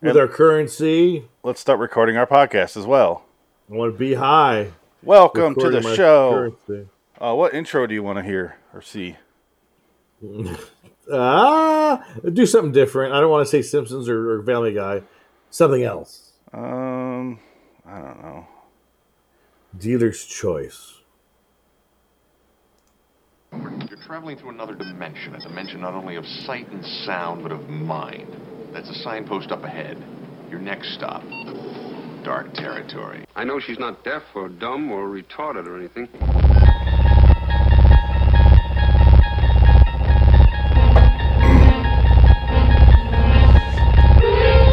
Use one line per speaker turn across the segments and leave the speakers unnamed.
with our currency.
Let's start recording our podcast as well.
I want to be high.
Welcome to the
Recording my
show.
currency.
Uh, what intro do you want to hear or see?
Ah, do something different. I don't want to say Simpsons or, or Family Guy. Something else.
Um, I don't know.
Dealer's choice.
You're traveling through another dimension, a dimension not only of sight and sound, but of mind. That's a signpost up ahead. Your next stop, dark territory.
I know she's not deaf or dumb or retarded or anything.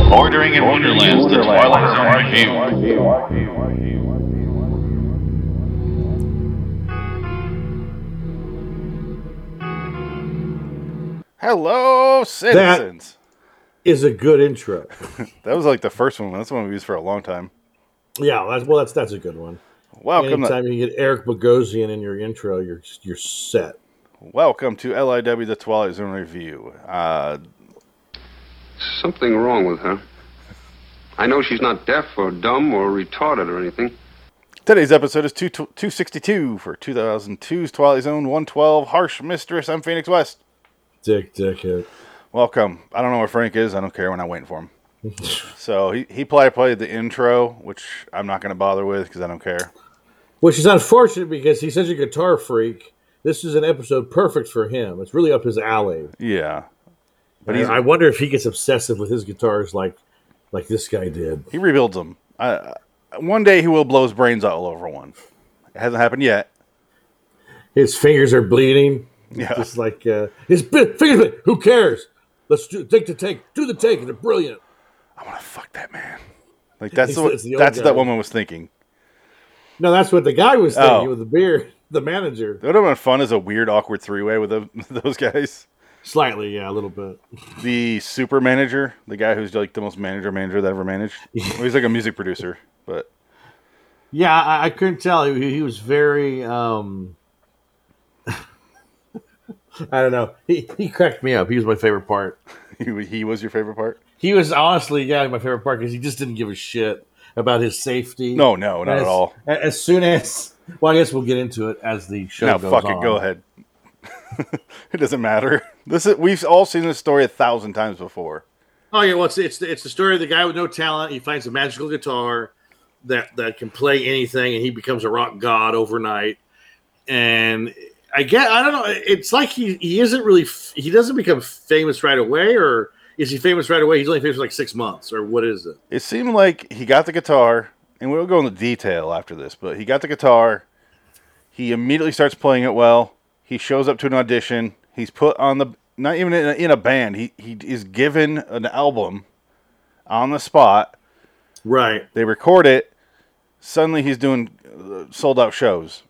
Bordering in Wonderlands, the Twilight Zone Review.
Hello, citizens.
Is a good intro.
That, was like the first one. That's the one we used for a long time.
yeah, that's, well, that's that's a good one.
Welcome, to,
Anytime you get Eric Bogosian in your intro, you're you're set.
welcome to LIW the Twilight Zone Review. Uh,
Something wrong with her. I know she's not deaf or dumb or retarded or anything.
today's episode is two, 262 for 2002's Twilight Zone 112 Harsh Mistress. I'm Phoenix West.
Dick, dickhead.
Welcome. I don't know where Frank is. I don't care. We're not waiting for him. so he, he probably played the intro, which I'm not going to bother with because I don't care.
Which is unfortunate because he's such a guitar freak. This is an episode perfect for him. It's really up his alley.
Yeah.
But
he's-
I wonder if he gets obsessive with his guitars like like this guy did.
He rebuilds them. I, I- one day he will blow his brains all over one. It hasn't happened yet.
His fingers are bleeding.
Yeah.
Just like uh, his bi- fingers. bleed. Who cares? Let's do take the take. Do the take. They're brilliant.
I want to fuck that man. Like that's
He's-
the,
it's the old
that's what that
guy.
woman was thinking.
No, that's what the guy was thinking
Oh.
with the beard. The manager,
That would have been fun as a weird, awkward three way with tho- those guys.
slightly, yeah, a little bit.
The super manager, the guy who's like the most manager manager that ever managed. Well, he's like a music producer, but
Yeah, I, I couldn't tell. He, he was very. um I don't know. He, he cracked me up. He was my favorite part.
he, he was your favorite part.
He was honestly, yeah, my favorite part because he just didn't give a shit about his safety.
No, no, not
as,
at all.
a- As soon as, well, I guess we'll get into it as the show
Now,
goes
fuck it,
on.
go ahead. it doesn't matter. This is we've all seen this story a thousand times before.
Oh yeah, well, it's it's the, it's the story of the guy with no talent. He finds a magical guitar that that can play anything, and he becomes a rock god overnight. And I get, I don't know. It's like he he isn't really f- he doesn't become famous right away, or is he famous right away? He's only famous for like six months, or what is it?
It seemed like he got the guitar, and we'll go into detail after this, but he got the guitar. He immediately starts playing it well. He shows up to an audition. He's put on the, not even in a, in a band, he, he is given an album on the spot.
Right.
They record it. Suddenly he's doing uh, sold out shows.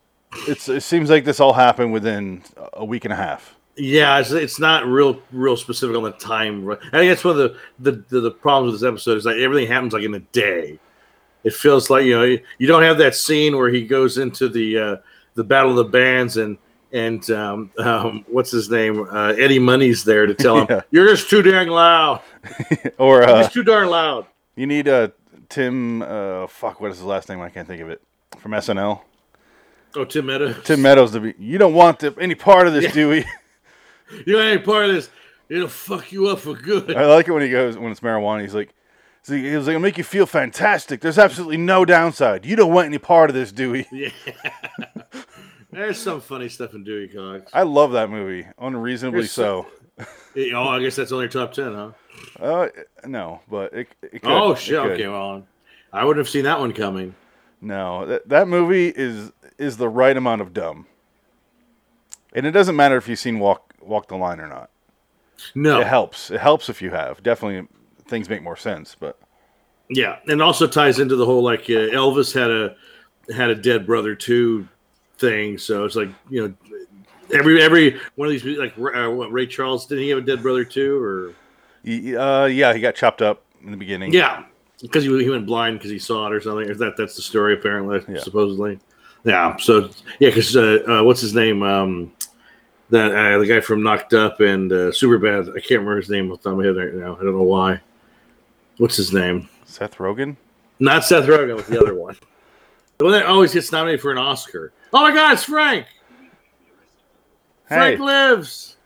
It's, it seems like this all happened within a week and a half.
Yeah, it's, it's not real real specific on the time. I think that's one of the, the, the, the problems with this episode is like everything happens like in a day. It feels like you know you- you don't have that scene where he goes into the uh, the battle of the bands and and um, um, what's his name uh, Eddie Money's there to tell him
Yeah.
you're just too dang loud,
Or
you're
uh,
just too darn loud.
you need uh, Tim, uh, fuck, what is his last name? I can't think of it. From SNL.
Oh, Tim Meta,
Tim Meadows to be. You don't want the, any part of this, do we?
you ain't part of this. It'll fuck you up for good.
I like it when he goes when it's marijuana. He's like, so he was like, "It'll make you feel fantastic. There's absolutely no downside. You don't want any part of this, do we?"
yeah. There's some funny stuff in Dewey Cox.
I love that movie, unreasonably
There's
so.
Oh, I guess that's only your top ten, huh?
Uh, no, but it. it could.
Oh
It
shit!
could.
Okay, well, I wouldn't have seen that one coming.
No, that, that movie is is the right amount of dumb. And it doesn't matter if you've seen Walk Walk the Line or not.
No,
It helps. It helps if you have. Definitely, things make more sense. But
yeah, and also ties into the whole like uh, Elvis had a had a dead brother too thing. So it's like you know, every every one of these like uh, what Ray Charles didn't he have a dead brother too or
y- uh, yeah, he got chopped up in the beginning.
yeah because he, he went blind because he saw it or something. Or that that's the story apparently
Yeah.
supposedly. Yeah. So yeah, because uh, uh, what's his name? Um, that uh, the guy from Knocked Up and uh, Superbad. I can't remember his name off the top of my head right now. I don't know why. what's his name?
Seth Rogen.
Not Seth Rogen with the other one. The one that always gets nominated for an Oscar. Oh my God, it's Frank!
Hey,
Frank lives.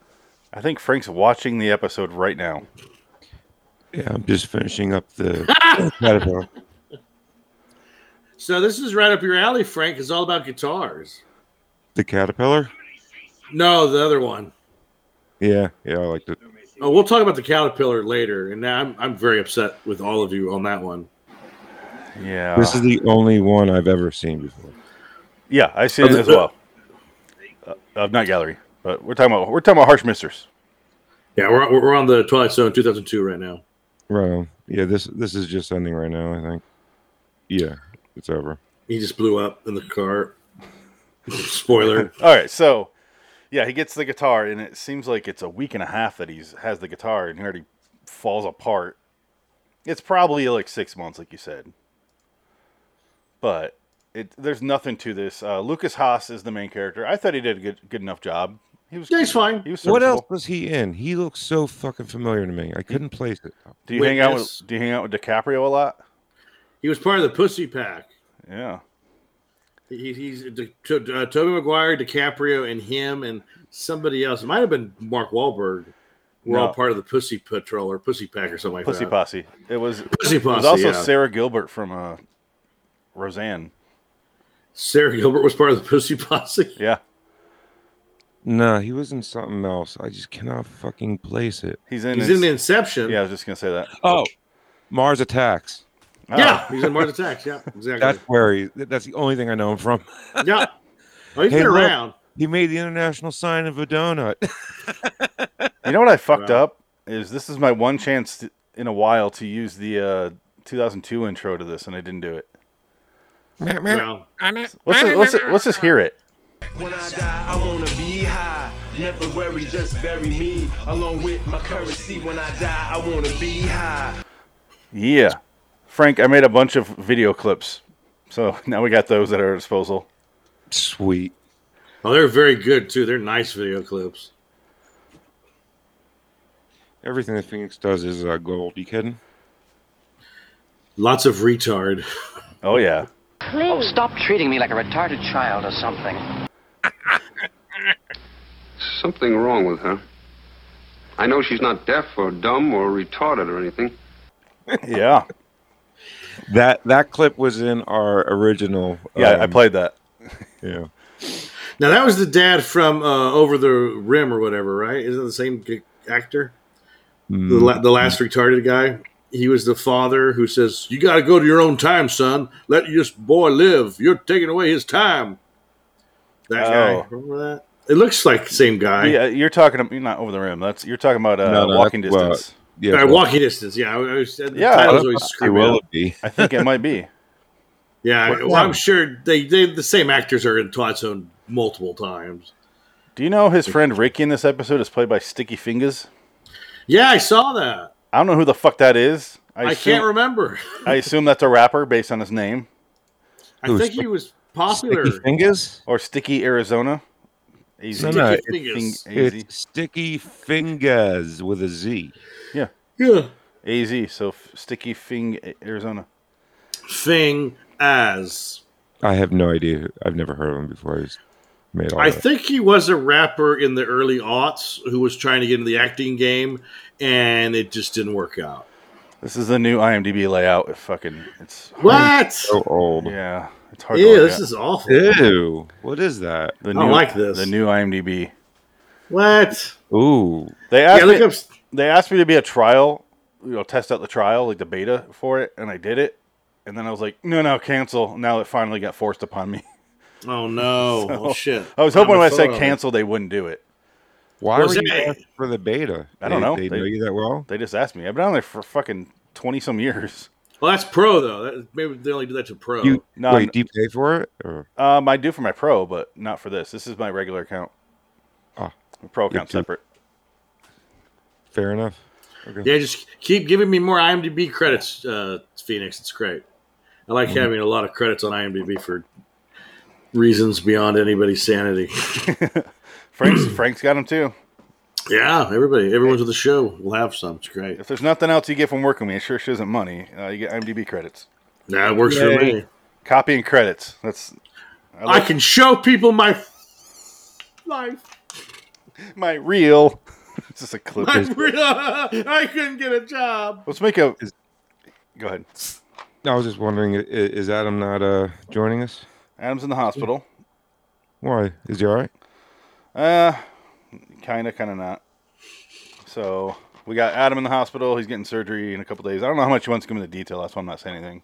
I think Frank's watching the episode right now.
Yeah, I'm just finishing up the caterpillar.
So this is right up your alley, Frank. It's all about guitars.
The caterpillar.
No, the other one.
Yeah, yeah, I liked it.
Oh, we'll talk about the caterpillar later. And now I'm, I'm very upset with all of you on that one.
Yeah,
This is the only one I've ever seen before.
yeah, I see it as well. Uh, of Night Gallery, but we're talking about we're talking about Harsh Mistress.
Yeah, we're, we're on the Twilight Zone 2002 right now.
Right. on. Yeah, this this is just ending right now. I think. Yeah, it's over.
He just blew up in the car. Spoiler.
All right, so yeah, he gets the guitar, and it seems like it's a week and a half that he's has the guitar, and he already falls apart. It's probably like six months, like you said. But it, there's nothing to this. Uh, Lucas Haas is the main character. I thought he did a good, good enough job. He was.
Yeah, he's fine.
He was
What
serviceable.
else was he in? He looks so fucking familiar to me. I couldn't place it.
Do you hang out
Witness.
with Do you hang out with DiCaprio a lot?
He was part of the Pussy Pack.
Yeah.
He, he's De, to, uh, Toby Maguire, DiCaprio, and him, and somebody else. It might have been Mark Wahlberg. We're
No.
all part of the Pussy Patrol or Pussy Pack or something like
Pussy
that.
Posse. It was.
Pussy
It was
Posse.
also
yeah.
Sarah Gilbert from uh, Roseanne.
Sarah Gilbert was part of the Pussy Posse.
Yeah,
No, he was in something else. I just cannot fucking place it.
he's in.
He's
his-
in Inception.
yeah, I was just gonna say that.
Oh, Mars Attacks.
Oh.
Yeah, he's in Mars Attacks. Yeah, exactly.
That's where he. That's the only thing I know him from.
yeah. Oh, he's
Hey,
been
look.
around.
He made the international sign of a donut.
You know what I fucked
Wow.
up is this is my one chance t in a while to use the uh, 2002 intro to this, and I didn't do it.
Well,
Let's just, let's, let's just hear it.
When I die, I wanna be high. Never worry, just bury me. Along with my currency, when I die, I wanna be high.
Yeah, Frank, I made a bunch of video clips, so now we got those at our disposal.
Sweet.
oh, they're very good too. They're nice video clips.
Everything that Phoenix does is uh, gold. You kidding?
Lots of retard.
Oh yeah,
Oh, stop treating me like a retarded child or something.
Something wrong with her. I know she's not deaf or dumb or retarded or anything.
yeah,
That that clip was in our original.
yeah. I
um,
played that.
Yeah.
Now that was the dad from uh, Over the Rim or whatever, right? Isn't it the same g- actor?
Hmm.
The, la- the last retarded guy. He was the father who says, "You got to go to your own time, son. Let this boy live. You're taking away his time." That
Oh.
guy. Remember that? It looks like the same guy.
Yeah, you're talking. You're not over the rim. That's you're talking about uh,
No, no,
walking
that's- well,
distance.
Yeah.
Uh,
well,
walking distance. Yeah, I was, the
Yeah,
I
titles
don't
always
know,
screw me up.
Willoughby.
I think it might be.
Yeah,
What-
well, I'm sure they, they the same actors are in Twilight Zone multiple times.
Do you know his friend Ricky in this episode is played by Sticky Fingers?
Yeah, I saw that.
I don't know who the fuck that is. I,
I,
assume,
can't remember.
I assume that's a rapper based on his name
I
Who's
think he was popular.
Sticky fingers.
or Sticky Arizona. Easy.
No, no,
Sticky fingers.
Fing- AZ.
It's sticky fingers with a Z.
Yeah.
AZ, so f- Sticky Fing, Arizona.
Thing as
I have no idea. who- I've never heard of him before. He's made all
I
that.
think he was a rapper in the early aughts who was trying to get into the acting game, and it just didn't work out.
This is the new IMDb layout. It fucking, it's
What?
so old.
yeah, it's hard.
Yeah,
to look
this
at.
is awful.
Ew. What is that?
the
I don't like this.
The new IMDb.
What?
Ooh.
They asked
Yeah, look
me,
up.
they asked me to be a trial, you know, test out the trial, like the beta for it, and I did it. And then I was like, no, no, cancel. Now it finally got forced upon me.
Oh no! oh shit!
I was hoping
I'm a
when I said
photo.
cancel, they wouldn't do it.
Why
Was
was you
it-
asked for the beta?
I don't
They-
know.
They,
They-
know you that well.
They just asked me. I've been on there for fucking 20 some years.
Well, that's pro though. That, maybe they only do that to pro.
You
No,
wait.
I'm-
Do you pay for it? Or
Um, I do for my pro, but not for this. This is my regular account.
Oh.
My pro account
too.
separate.
fair enough.
Yeah, just keep giving me more IMDb credits, uh, Phoenix. It's great. I
Mm-hmm.
like having a lot of credits on IMDb for reasons beyond anybody's sanity.
Frank's Frank's got him too.
Yeah, everybody, everyone's at the show will have some. It's great.
If there's nothing else you get from working with me, it sure isn't money. Uh, you get IMDb credits,
That works for
Yay.
me.
copy and credits. That's
I can show people my life.
my real. it's just a clip.
I, I couldn't get a job.
Let's make a. Go ahead.
I was just wondering, i- i- is Adam not uh joining us?
Adam's in the hospital.
Why? Is he all right?
Uh, kind of, kind of not. So we got Adam in the hospital. He's getting surgery in a couple days. I don't know how much he wants to go into detail. That's why I'm not saying anything.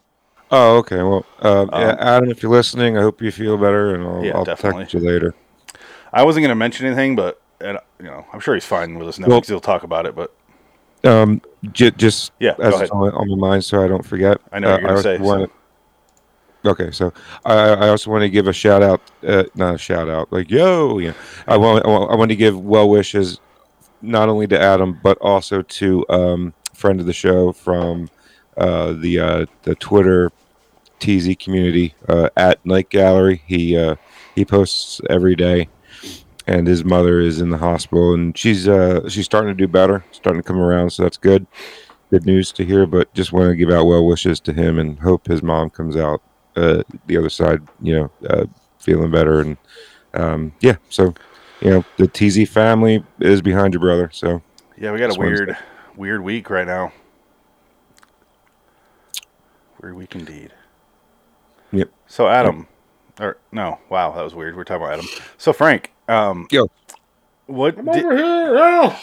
Oh, okay. Well, uh, yeah, Adam, if you're listening, I hope you feel better, and I'll,
Yeah,
I'll
definitely.
text you later.
I wasn't going to mention anything, but and, you know, I'm sure he's fine with us now
Well-
because he'll talk about it. But
Um, j- just
Yeah, go
as
ahead.
it's on, on my mind, so I don't forget.
I know what you're gonna
also
say, so-
Uh, wanna- Okay, so I, I also want to give a shout out, uh, not a shout out, like yo, yeah. I want I want, I want to give well wishes, not only to Adam but also to um, friend of the show from uh, the uh, the Twitter TZ community uh, at Night Gallery. He uh, he posts every day, and his mother is in the hospital, and she's uh, she's starting to do better, starting to come around, so that's good. Good news to hear, but just want to give out well wishes to him and hope his mom comes out uh, the other side, you know, uh, feeling better. And um, yeah, so, you know, the TZ family is behind your brother. So
yeah, we got
This
a
one's-
weird, weird week right now. Weird week indeed.
Yep.
So Adam, or no? Wow, that was weird. We're talking about Adam. So Frank, um,
Yo.
what?
I'm
di-
over here. Oh.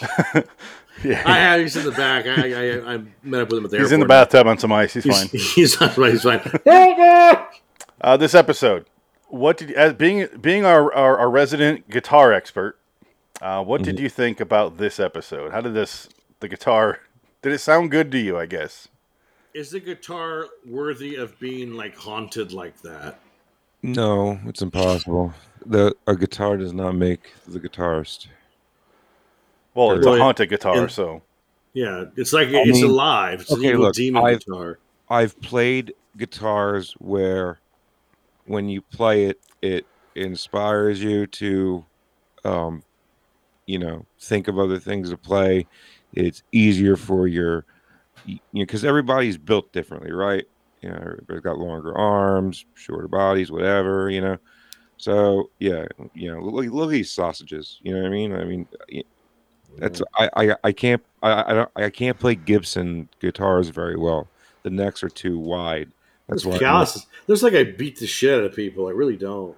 yeah.
I have. He's in the back. I, I, I met up with him at the
He's
airport.
in the bathtub on some ice. He's,
He's,
fine.
he's not right. He's fine.
Uh, this episode, what did as being being our, our, our resident guitar expert, uh, what did you think about this episode? How did this the guitar? Did it sound good to you? I guess.
Is the guitar worthy of being like haunted like that?
no, it's impossible. The a guitar does not make the guitarist.
Well, it's a
Well,
haunted guitar,
it-
so
Yeah, it's like it's
mean,
alive. It's
okay,
an evil
look,
demon
I've-
guitar.
I've played guitars where when you play it, it inspires you to, um, you know, think of other things to play. It's easier for your, you know, because everybody's built differently, right? You know, everybody's got longer arms, shorter bodies, whatever, you know. So yeah, you know, look, look at these sausages. You know what I mean? I mean, y- that's I I, I can't I I, don't, I can't play Gibson guitars very well. The necks are too wide. That's why.
There's
I'm-
calluses. There's like I beat the shit out of people. I really don't.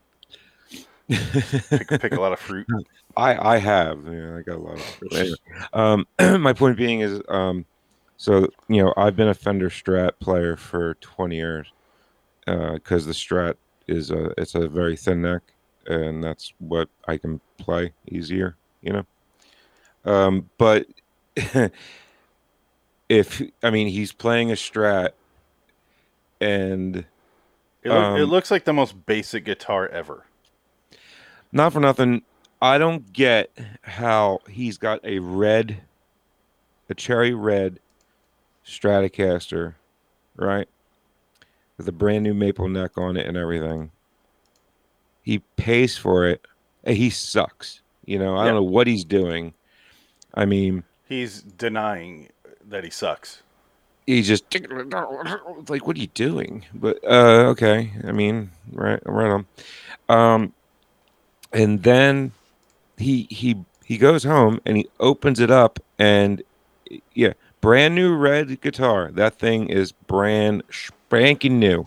pick, pick a lot of fruit.
I I have. Yeah, I got a lot of. but anyway, Um, my point being is, um, so you know, I've been a Fender Strat player for 20 years because the Strat is a it's a very thin neck, and that's what I can play easier. You know, um, but if I mean, he's playing a Strat, and
It, loo- it
Um,
looks like the most basic guitar ever.
not for nothing. I don't get how he's got a red, a cherry red Stratocaster, right? With a brand new maple neck on it and everything. He pays for it. and he sucks. You know, I
Yeah.
don't know what he's doing. I mean,
He's denying that he sucks.
he just it's like what are you doing but uh okay i mean right right on um and then he he he goes home and he opens it up and yeah brand new red guitar that thing is brand spanking new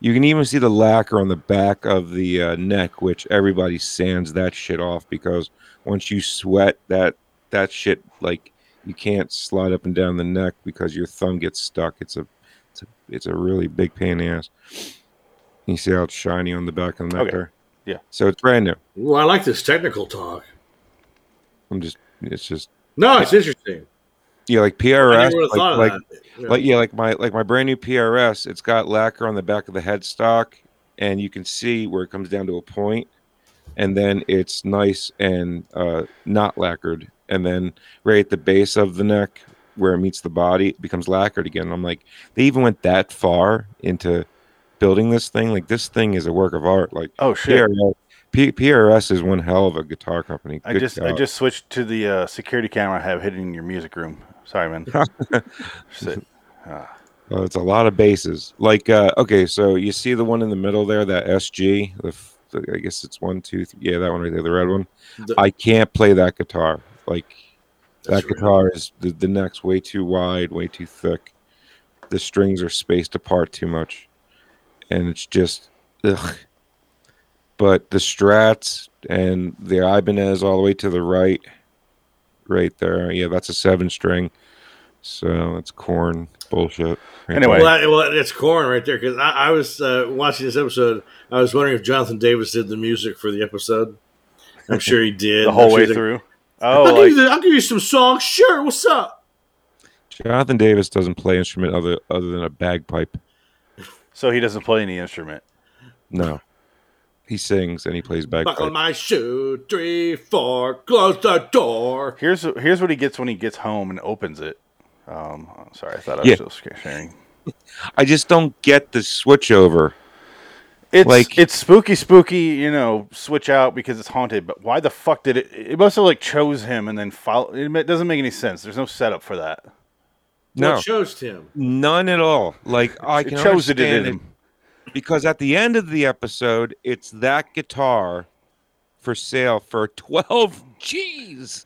you can even see the lacquer on the back of the uh, neck which everybody sands that shit off because once you sweat that that shit like you can't slide up and down the neck because your thumb gets stuck. It's a it's a, it's a really big pain in the ass. You see how it's shiny on the back of the neck
Okay.
there?
Yeah.
So it's brand new.
Well, I like this technical talk.
I'm just it's just
No, it's interesting.
yeah, like
I
PRS
never would have thought
like
of
like,
that. Yeah.
like yeah, like my like my brand new PRS, it's got lacquer on the back of the headstock and you can see where it comes down to a point and then it's nice and uh, not lacquered and then right at the base of the neck where it meets the body it becomes lacquered again and i'm like they even went that far into building this thing like this thing is a work of art like
Oh shit!
PRS, P- PRS is one hell of a guitar company.
I
Good
just I
God.
just switched to the uh, security camera I have hidden in your music room. Sorry, man. Shit.
Oh, it's a lot of bases. Like, uh, okay, so you see the one in the middle there, that SG. The, f- the- I guess it's one, two, three. Yeah, that one right there, the red one.
The-
I can't play that guitar. Like,
That's
that
right.
guitar is the, the neck's way too wide, way too thick. The strings are spaced apart too much, and it's just ugh. But the Strats and the Ibanez all the way to the right, right there. Yeah, that's a seven string. So it's corn bullshit. right
Anyway,
there.
Well, I, well, it's corn right there because I, I was uh, watching this episode. I was wondering if Jonathan Davis did the music for the episode. I'm sure he did
the
I'm
whole
sure
way
he's like,
through.
I'll,
Oh,
give you
like,
the, I'll give you some songs. Sure, what's up?
Jonathan Davis doesn't play instrument other other than a bagpipe.
so he doesn't play any instrument.
No, he sings and he plays
Buckle
bagpipe.
my shoe. Three, four. Close the door.
Here's here's what he gets when he gets home and opens it. Um, I'm sorry, I thought I was
Yeah.
still sc- sharing.
I just don't get the switch over.
It's
Like-
it's spooky, spooky. You know, switch out because it's haunted. But why the fuck did it? It must have like chose him and then follow. It ma- doesn't make any sense. There's no setup for that.
No,
What chose Tim?
none at all. Like I
It
can
chose it
understand
in
it
him.
because at the end of the episode, it's that guitar for sale for twelve. Jeez,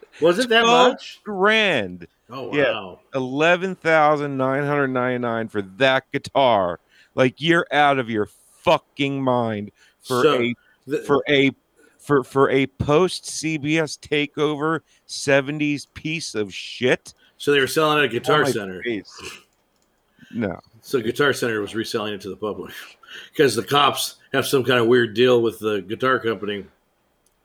Was it that
Twelve
much?
grand.
Oh
Yeah.
wow.
eleven thousand nine hundred ninety nine for that guitar. Like you're out of your fucking mind for
So,
a
The-
for a for for a post CBS takeover seventies piece of shit.
so they were selling it at Guitar
Oh my
Center.
No,
So Guitar Center was reselling it to the public because the cops have some kind of weird deal with the guitar company.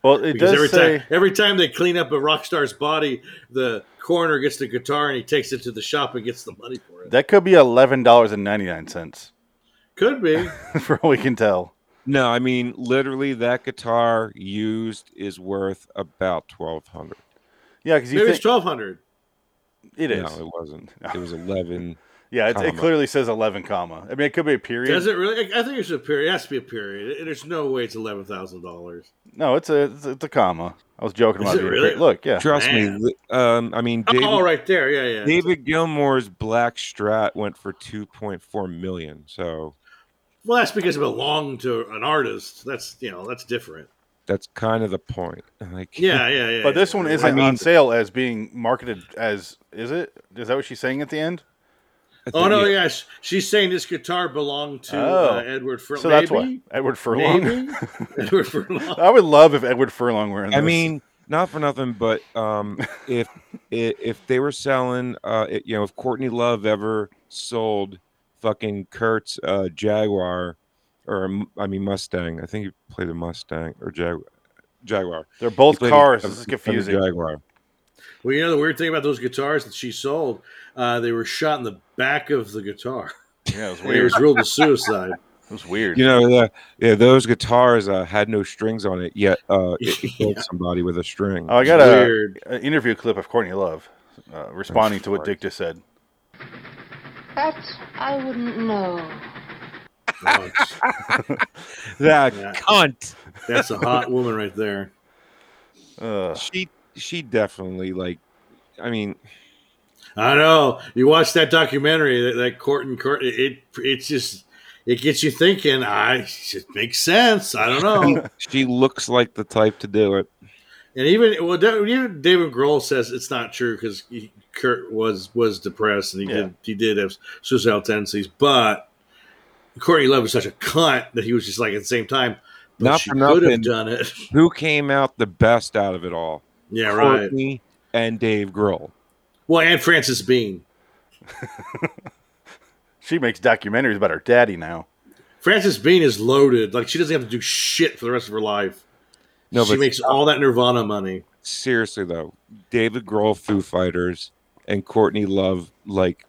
Well, it
Because
does
every
say.
time every time they clean up a rock star's body, the coroner gets the guitar and he takes it to the shop and gets the money for it.
That could be eleven dollars and ninety nine cents,
Could be.
for all we can tell.
no. I mean, literally, that guitar used is worth about twelve hundred.
Yeah, because you
Maybe it's
think
twelve hundred.
it
No,
is.
it wasn't. It was eleven.
yeah, it, it
comma.
clearly says eleven comma. I mean, it could be a period.
Does it really? I think it's a period. It has to be a period. It- There's no way it's eleven thousand dollars.
No, it's a it's, it's a comma. I was joking
Is
about
it
being a
really?
period. Look, yeah,
Trust
Man.
me. li- Um, I mean, David,
Oh, right there. Yeah, yeah.
David Gilmore's Black Strat went for two point four million. So
Well, that's because it belonged to an artist. That's you know that's different.
that's kind of the point. Like,
Yeah, yeah, yeah.
but this
yeah.
one isn't
mean-
on sale as being marketed as is it? Is that what she's saying at the end?
I
Oh
think
no,
it-
yes, she's saying this guitar belonged to
Oh.
uh, Edward Furlong.
So
maybe,
that's why Edward Furlong.
maybe Edward Furlong.
I would love if Edward Furlong were in.
I
this.
mean, not for nothing, but um, if i- if they were selling, uh, it, you know, if Courtney Love ever sold fucking Kurt's uh, Jaguar, or a m- I mean Mustang, I think he played a Mustang or Jag- Jaguar.
they're
He
both
played a-
cars.
a-
This is
played a
confusing.
Jaguar.
Well, you know the weird thing about those guitars that she sold, uh, they were shot in the back of the guitar.
Yeah, it was
It
weird.
was ruled a suicide.
It was weird.
You know, yeah, yeah, those guitars uh, had no strings on it yet. Uh, it, it killed somebody with a string.
oh, I got a,
Weird.
an interview clip of Courtney Love uh, responding to what Dick just said.
That I wouldn't know.
Oh, it's-
that
Yeah.
cunt.
that's a hot woman right there.
Ugh.
She she definitely like. I mean,
I know. You watch that documentary that, that Court and Court. It, it it's just it gets you thinking. I it makes sense. I don't know.
she looks like the type to do it.
And even well, Da- even David Grohl says it's not true because Kurt was was depressed and he
Yeah.
did he did have suicidal tendencies. But Courtney Love was such a cunt that he was just like at the same time. But
Not
she
for
could
nothing.
have done it.
who came out the best out of it all?
yeah, right.
Courtney and Dave Grohl.
Well, and Francis Bean.
She makes documentaries about her daddy now.
Francis Bean is loaded. Like she doesn't have to do shit for the rest of her life.
No,
she
but
makes all that Nirvana money.
seriously though, David Grohl, Foo Fighters, and Courtney Love, like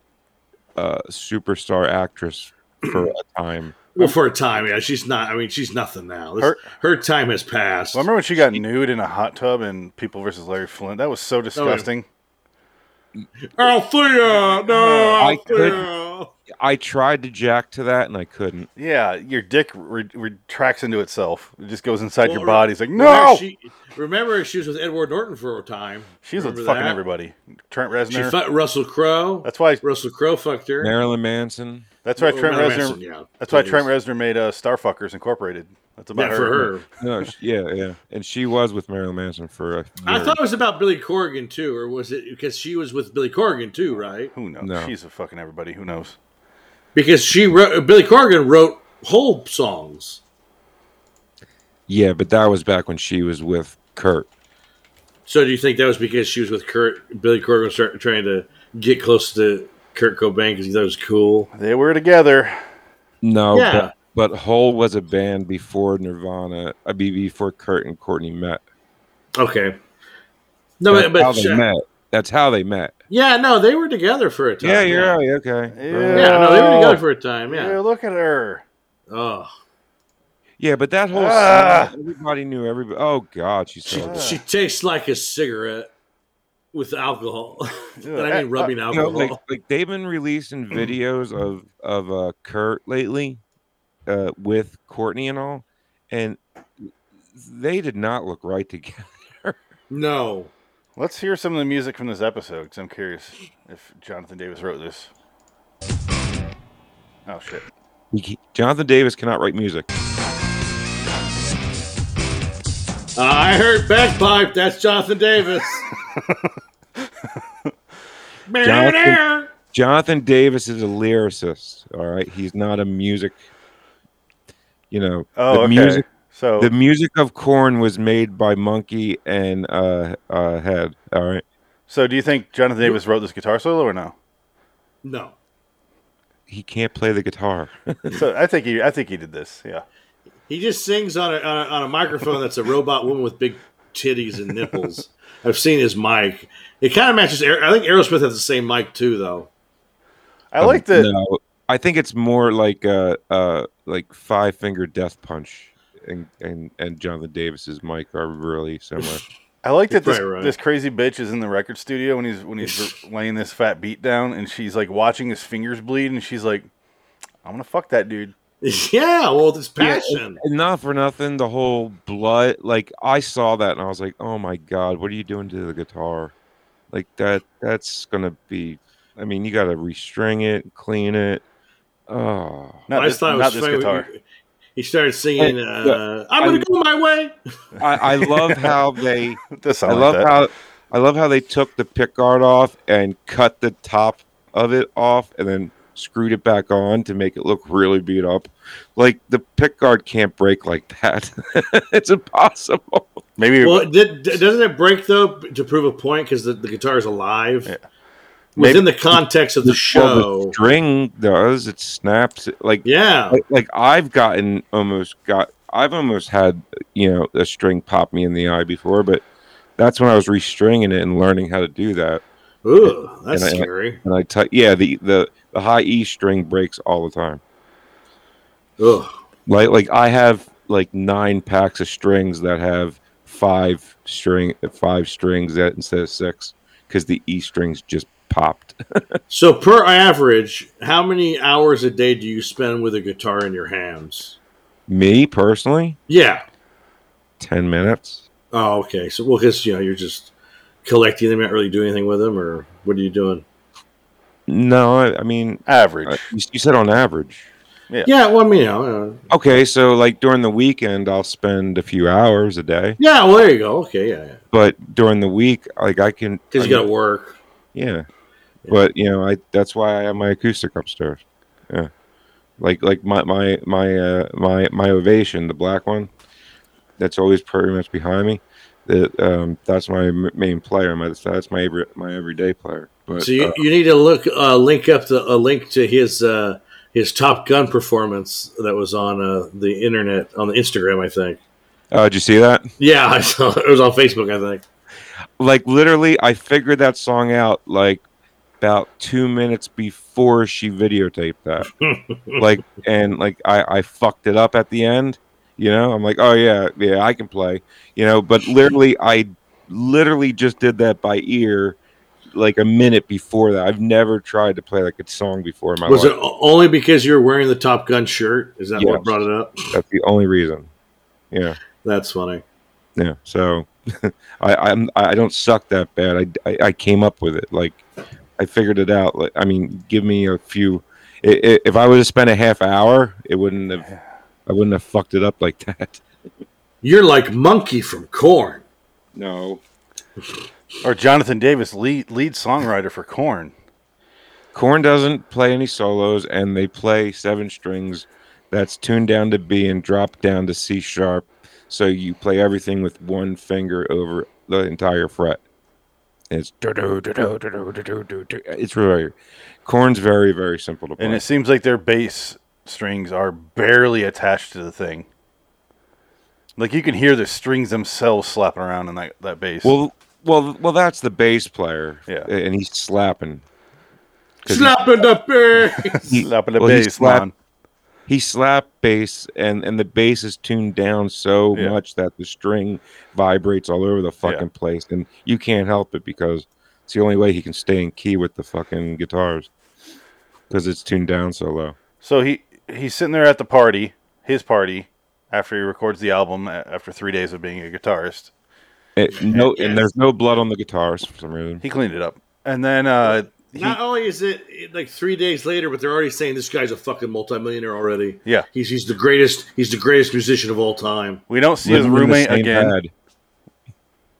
uh, superstar actress for a time.
Well, for a time, yeah, she's not. I mean, she's nothing now. This- her,
Her-
time has passed.
Remember when she got nude in a hot tub in People versus Larry Flint? That was so disgusting.
Althea, no,
I could-
Althea.
I tried to jack to that and I couldn't.
Yeah, your dick re- retracts into itself. It just goes inside your
Well,
body. It's like,
Remember
no!
she, remember she was with Edward Norton for a time.
she was with
Remember
fucking
that?
everybody. Trent
She
Reznor.
fucked Russell Crowe.
that's why.
Russell Crowe fucked her.
Marilyn Manson.
That's why
Oh,
Trent
Marilyn
Reznor.
Manson, yeah.
That's why
That
Trent Reznor made uh, Starfuckers Incorporated. That's about
Yeah, for her.
No, she, yeah, yeah, and she was with Marilyn Manson for a. Year.
I thought it was about Billy Corrigan too, or was it because she was with Billy Corrigan too, right?
Who knows?
No.
She's a fucking everybody. Who knows?
Because she wrote Billy Corrigan wrote whole songs.
yeah, but that was back when she was with Kurt.
So do you think that was because she was with Kurt? Billy Corrigan was start, trying to get close to Kurt Cobain because he thought it was cool.
They were together. Oh,
No,
Yeah.
but, but Hole was a band before Nirvana. I mean, before Kurt and Courtney met.
Okay. No,
That's
but, but
how they met. That's how they met.
yeah, no, they were together for a time.
Yeah, you're right. Okay.
Yeah.
Yeah, no, they were
Oh.
together for a time.
Yeah.
Yeah.
look at her.
Oh,
Yeah, but that whole
Ah.
scene, everybody knew everybody. Oh God, she's
she
so.
she tastes like a cigarette with alcohol, and I
Yeah,
mean rubbing
You know,
alcohol.
like, like they've been releasing videos of of uh, Kurt lately, uh, with Courtney and all, and they did not look right together.
no.
Let's hear some of the music from this episode because I'm curious if Jonathan Davis wrote this. Oh shit!
He ca- Jonathan Davis cannot write music.
Uh, I heard bagpipe. That's Jonathan Davis.
Jonathan- Jonathan Davis is a lyricist. All right, he's not a music. You know,
Oh,
the
okay.
music
so
the music of Corn was made by Monkey and uh, uh, Head. All right.
so do you think Jonathan Davis wrote this guitar solo or no?
No.
he can't play the guitar.
so I think he I think he did this. Yeah.
He just sings on a, on a, on a microphone that's a robot woman with big titties and nipples. I've seen his mic. It kind of matches. Aer- I think Aerosmith has the same mic too, though.
I like the
Um, No, I think it's more like uh uh like five finger death punch and and and Jonathan Davis's mic are really similar.
I like that this,
probably right.
this crazy bitch is in the record studio when he's when he's laying this fat beat down and she's like watching his fingers bleed and she's like, I'm gonna fuck that dude.
yeah. Well, this passion.
And not for nothing, the whole blood like I saw that and I was like, oh my god, what are you doing to the guitar? Like that that's gonna be. I mean, you got to restring it, clean it. Oh,
Not
I
this,
just thought it
not
was
this
funny.
guitar.
He started singing.
Hey,
Uh, I'm gonna
I-
go my way.
I, I love how they.
This sound
I
like
love
that.
how I love how they took the pick guard off and cut the top of it off and then screwed it back on to make it look really beat up. Like the pick guard can't break like that. it's impossible.
maybe
Well, did, d- doesn't it break though to prove a point because the, the guitar is alive within the context of the
Well,
show?
the string does. It snaps it like
yeah.
like, like I've gotten almost got I've almost had you know a string pop me in the eye before, but that's when I was restringing it and learning how to do that.
Ooh, that's
and I-
scary.
And I t- yeah, the, the the high E string breaks all the time.
Ugh.
Like like I have like nine packs of strings that have five string five strings that instead of six because the E strings just popped.
So, per average, how many hours a day do you spend with a guitar in your hands?
Me personally,
Yeah.
ten minutes.
Oh, okay. So, well, because you know you're just collecting them, not really doing anything with them, or what are you doing?
No, I, I mean uh,
average.
you, you said on average.
Yeah. Well, I mean, you know, uh,
Okay, so like during the weekend, I'll spend a few hours a day,
yeah. Well, there you go. Okay. Yeah.
but during the week, like I can
Because
I
you got
mean,
to work.
Yeah. But you know, I that's why I have my acoustic upstairs. Yeah. Like like my my my uh, my my ovation, the black one, that's always pretty much behind me. That um, that's my m- main player. My that's my every, my everyday player. But
So you,
uh,
you need to look uh, link up the a link to his uh, his Top Gun performance that was on uh, the internet on the Instagram, I think.
uh, did you see that?
Yeah, I saw it was on Facebook, I think.
Like literally, I figured that song out like about two minutes before she videotaped that. like and like I, I fucked it up at the end. You know, I'm like, oh yeah, yeah, I can play. You know, but literally I literally just did that by ear like a minute before that. I've never tried to play like a song before in my
Was
life.
it o- only because you were wearing the Top Gun shirt? Is that
Yes.
what brought it up?
That's the only reason. Yeah,
That's funny.
yeah. So I I'm, I don't suck that bad. I, I I came up with it. Like I figured it out. Like I mean, give me a few. i- i- If I would have spent a half hour, it wouldn't have. I wouldn't have fucked it up like that.
You're like Monkey from Corn.
No,
Or Jonathan Davis, lead lead songwriter for Korn.
Korn doesn't play any solos, and they play seven strings. That's tuned down to B and dropped down to C sharp. So you play everything with one finger over the entire fret. It's do do do do do do do do do. It's very Korn's very very simple to play.
And it seems like their bass strings are barely attached to the thing. Like you can hear the strings themselves slapping around in that, that bass.
well, well, well. That's the bass player.
Yeah.
and he's slapping. 'Cause he-
Slapping the bear.
he-
slapping the
well, he
bass,
slapped-
man.
he slapped bass and and the bass is tuned down so
Yeah.
much that the string vibrates all over the
Yeah.
fucking place and you can't help it because it's the only way he can stay in key with the fucking guitars because it's tuned down so low
So he he's sitting there at the party, his party, after he records the album a- after three days of being a guitarist.
It- no and there's no blood on the guitars for some reason
He cleaned it up, and then uh, he,
Not only is it it, like three days later, but they're already saying this guy's a fucking multimillionaire already.
Yeah.
he's he's the greatest. He's the greatest musician of all time.
we don't see his
Living in the
roommate
same
again.
pad,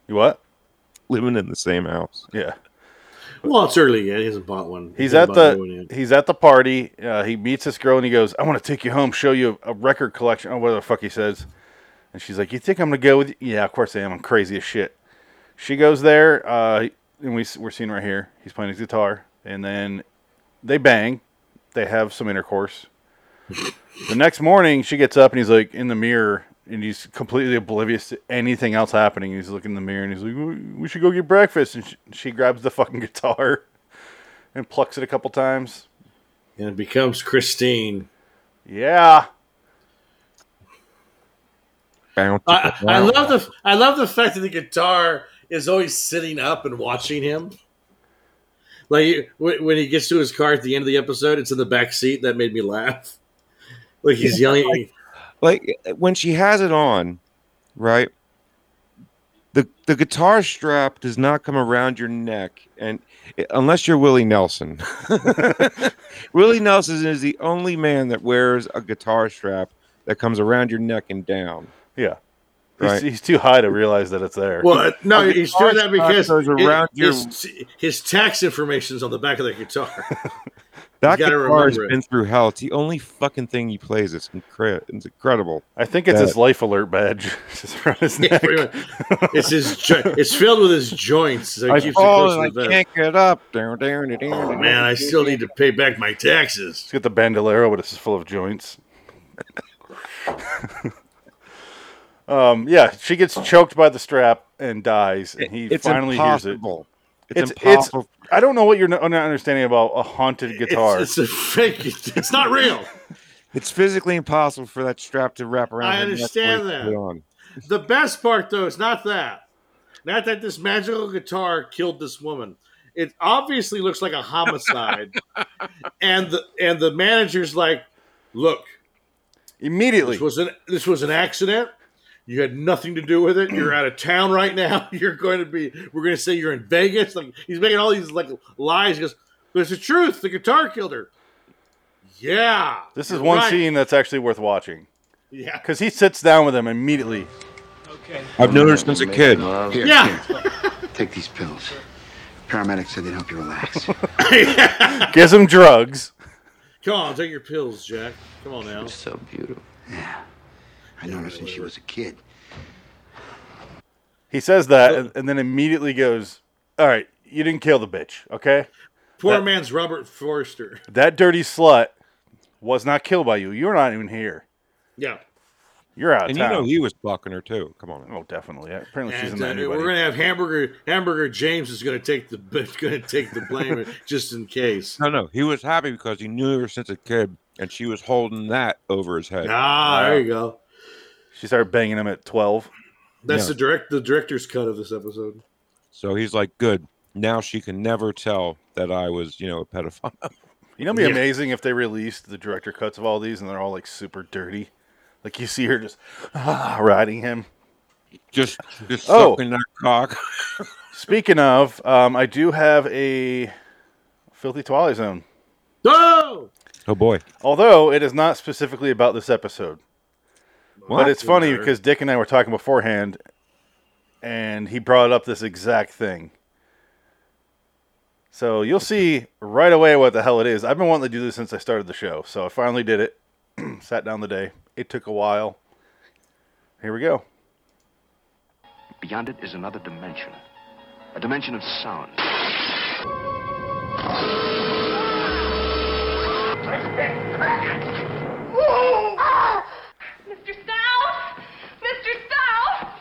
You What?
living in the same house
Yeah.
Well, it's early yet. He hasn't bought one.
He's
He
at
hasn't bought one
the
yet.
he's at the party. Uh, he meets this girl and he goes, "I want to take you home, show you a, a record collection." Oh, whatever the fuck he says. And she's like, "You think I'm gonna go with you?" Yeah, of course I am. I'm crazy as shit. She goes there, uh, and we s- we're seen right here. He's playing his guitar, and then they bang. They have some intercourse. the next morning, she gets up and he's like in the mirror, and he's completely oblivious to anything else happening. He's looking in the mirror and he's like, "We- "We should go get breakfast." And she, she grabs the fucking guitar and plucks it a couple times.
and it becomes Christine.
Yeah.
Bounce-
I, I
wow.
love the I love the fact that the guitar is always sitting up and watching him. Like when when he gets to his car at the end of the episode, it's in the back seat. That made me laugh. Like he's yelling.
like eh, when she has it on, right? The the guitar strap does not come around your neck, and eh, unless you're Willie Nelson, Willie Nelson is the only man that wears a guitar strap that comes around your neck and down.
Yeah.
Right.
He's, he's too high to realize that it's there.
Well, no,
the
he's doing
guitar
that because
goes
it-
around your-
his, his tax information's on the back of the guitar.
That
You gotta
guitar has
remember it.
been through hell. It's the only fucking thing he plays. It's, incre- it's incredible.
I think it's
that-
his life alert badge just around his neck.
Pretty much. it's his. Jo- it's filled with his joints. So
I
it keeps it close to
fall and
the
Oh, I
vest.
can't get up. Down, down, down,
Oh,
down.
man, I still need to pay back my taxes.
He's got the bandolero, but it's full of joints. um, yeah, she gets choked by the strap and dies, and he
it's
finally
impossible.
hears
It's,
it. It's, it's
impossible.
I don't know what you're not not understanding about a haunted guitar.
It's, it's a fake. It's not real.
It's physically impossible for that strap to wrap around.
I
her neck
understand
when you
that.
put it on.
The best part, though, is not that. Not that this magical guitar killed this woman. It obviously looks like a homicide, and the and the manager's like, "Look,
Immediately,
This was an this was an accident. You had nothing to do with it. You're out of town right now. You're going to be. We're going to say you're in Vegas. Like he's making all these like lies. He goes, "There's the truth. The guitar killed her." Yeah.
this is
you're
one
right.
scene that's actually worth watching
Yeah.
because he sits down with him immediately.
I've known her since a kid.
Here,
Yeah.
take these pills. Paramedics said they'd help you relax.
Gives him drugs.
Come on, take your pills, Jack. Come on now.
so beautiful. Yeah. I known her since she was a kid.
He says that, and, and then immediately goes, "All right, you didn't kill the bitch, okay?
Poor
That-
man's Robert Forster.
That dirty slut was not killed by you. You're not even here.
Yeah.
You're out of
And you
town.
know he was fucking her too. Come on.
oh, definitely. Yeah, Apparently, she's in
And,
that
uh,
new
we're
buddy.
going to have hamburger. Hamburger James is going to take the going to take the blame just in case.
No, no, he was happy because he knew her since a kid, and she was holding that over his head.
Ah, there you go.
She started banging him at twelve.
That's
Yeah.
the direct the director's cut of this episode.
So he's like, "Good, Now she can never tell that I was, you know, a pedophile.
You know, it'd be
Yeah.
amazing if they released the director cuts of all these and they're all like super dirty. Like you see her just ah, riding him.
just, just
Oh.
sucking that cock.
Speaking of, um, I do have a filthy Twilight Zone.
No.
Oh boy.
Although it is not specifically about this episode.
What?
But it's funny
matter.
because Dick and I were talking beforehand and he brought up this exact thing. So you'll see right away what the hell it is. I've been wanting to do this since I started the show. So I finally did it. Sat down the day. It took a while. Here we go.
Beyond it is another dimension. A dimension of sound.
Mr. Stout! Mr. Stout!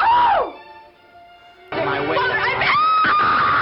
Oh!
My way.
Mother, I'm